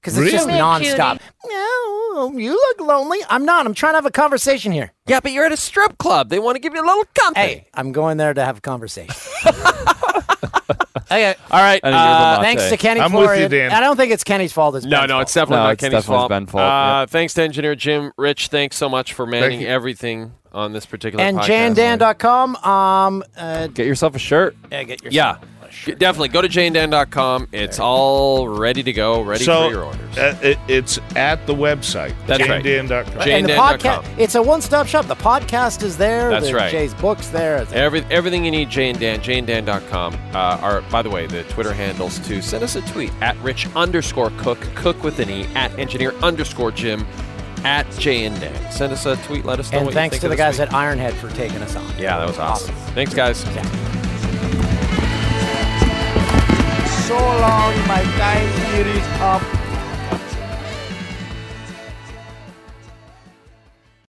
Speaker 3: because it's just
Speaker 6: Really?
Speaker 3: nonstop. No, you look lonely. I'm not. I'm trying to have a conversation here.
Speaker 4: Yeah, but you're at a strip club. They want to give you a little company.
Speaker 3: Hey, I'm going there to have a conversation. okay,
Speaker 4: All right.
Speaker 9: I didn't hear
Speaker 4: uh,
Speaker 9: the
Speaker 3: Thanks
Speaker 9: Latte.
Speaker 3: to Kenny
Speaker 6: I'm
Speaker 3: for
Speaker 6: with you,
Speaker 3: it.
Speaker 6: Dan.
Speaker 3: I don't think it's Kenny's fault. It's
Speaker 4: No,
Speaker 3: Ben's
Speaker 4: no,
Speaker 3: fault.
Speaker 4: it's definitely
Speaker 9: No,
Speaker 4: not
Speaker 9: it's
Speaker 4: Kenny's
Speaker 9: definitely
Speaker 4: fault.
Speaker 9: Ben's fault,
Speaker 4: Uh,
Speaker 9: yeah.
Speaker 4: Thanks to engineer Jim Rich. Thanks so much for manning
Speaker 6: you.
Speaker 4: everything on this particular
Speaker 3: and
Speaker 4: podcast.
Speaker 3: jandan.com. Um, uh,
Speaker 9: Get yourself a shirt.
Speaker 3: yeah, get your
Speaker 4: Yeah, definitely. Go to janedan.com. It's all ready to go, ready for your
Speaker 6: So
Speaker 4: orders.
Speaker 6: uh, it, it's at the website.
Speaker 4: That's right.
Speaker 6: JaneDan.com.
Speaker 4: Jane-
Speaker 3: and the podcast.
Speaker 4: jandan.com.
Speaker 3: It's a one-stop shop. The podcast is there.
Speaker 4: That's
Speaker 3: the,
Speaker 4: right.
Speaker 3: Jay's books there. It's-
Speaker 4: Every, everything you need, Jane Dan, janedan.com. Uh, are, by the way, the Twitter handles too. Send us a tweet at rich underscore cook, cook with an E, at engineer underscore Jim, at Jane Dan. Send us a tweet. Let us know
Speaker 3: and
Speaker 4: what
Speaker 3: thanks
Speaker 4: you think
Speaker 3: to
Speaker 4: of
Speaker 3: the guys
Speaker 4: this week.
Speaker 3: at Ironhead for taking us on.
Speaker 4: Yeah, that was awesome. Thanks, guys.
Speaker 3: So long, my time here is up.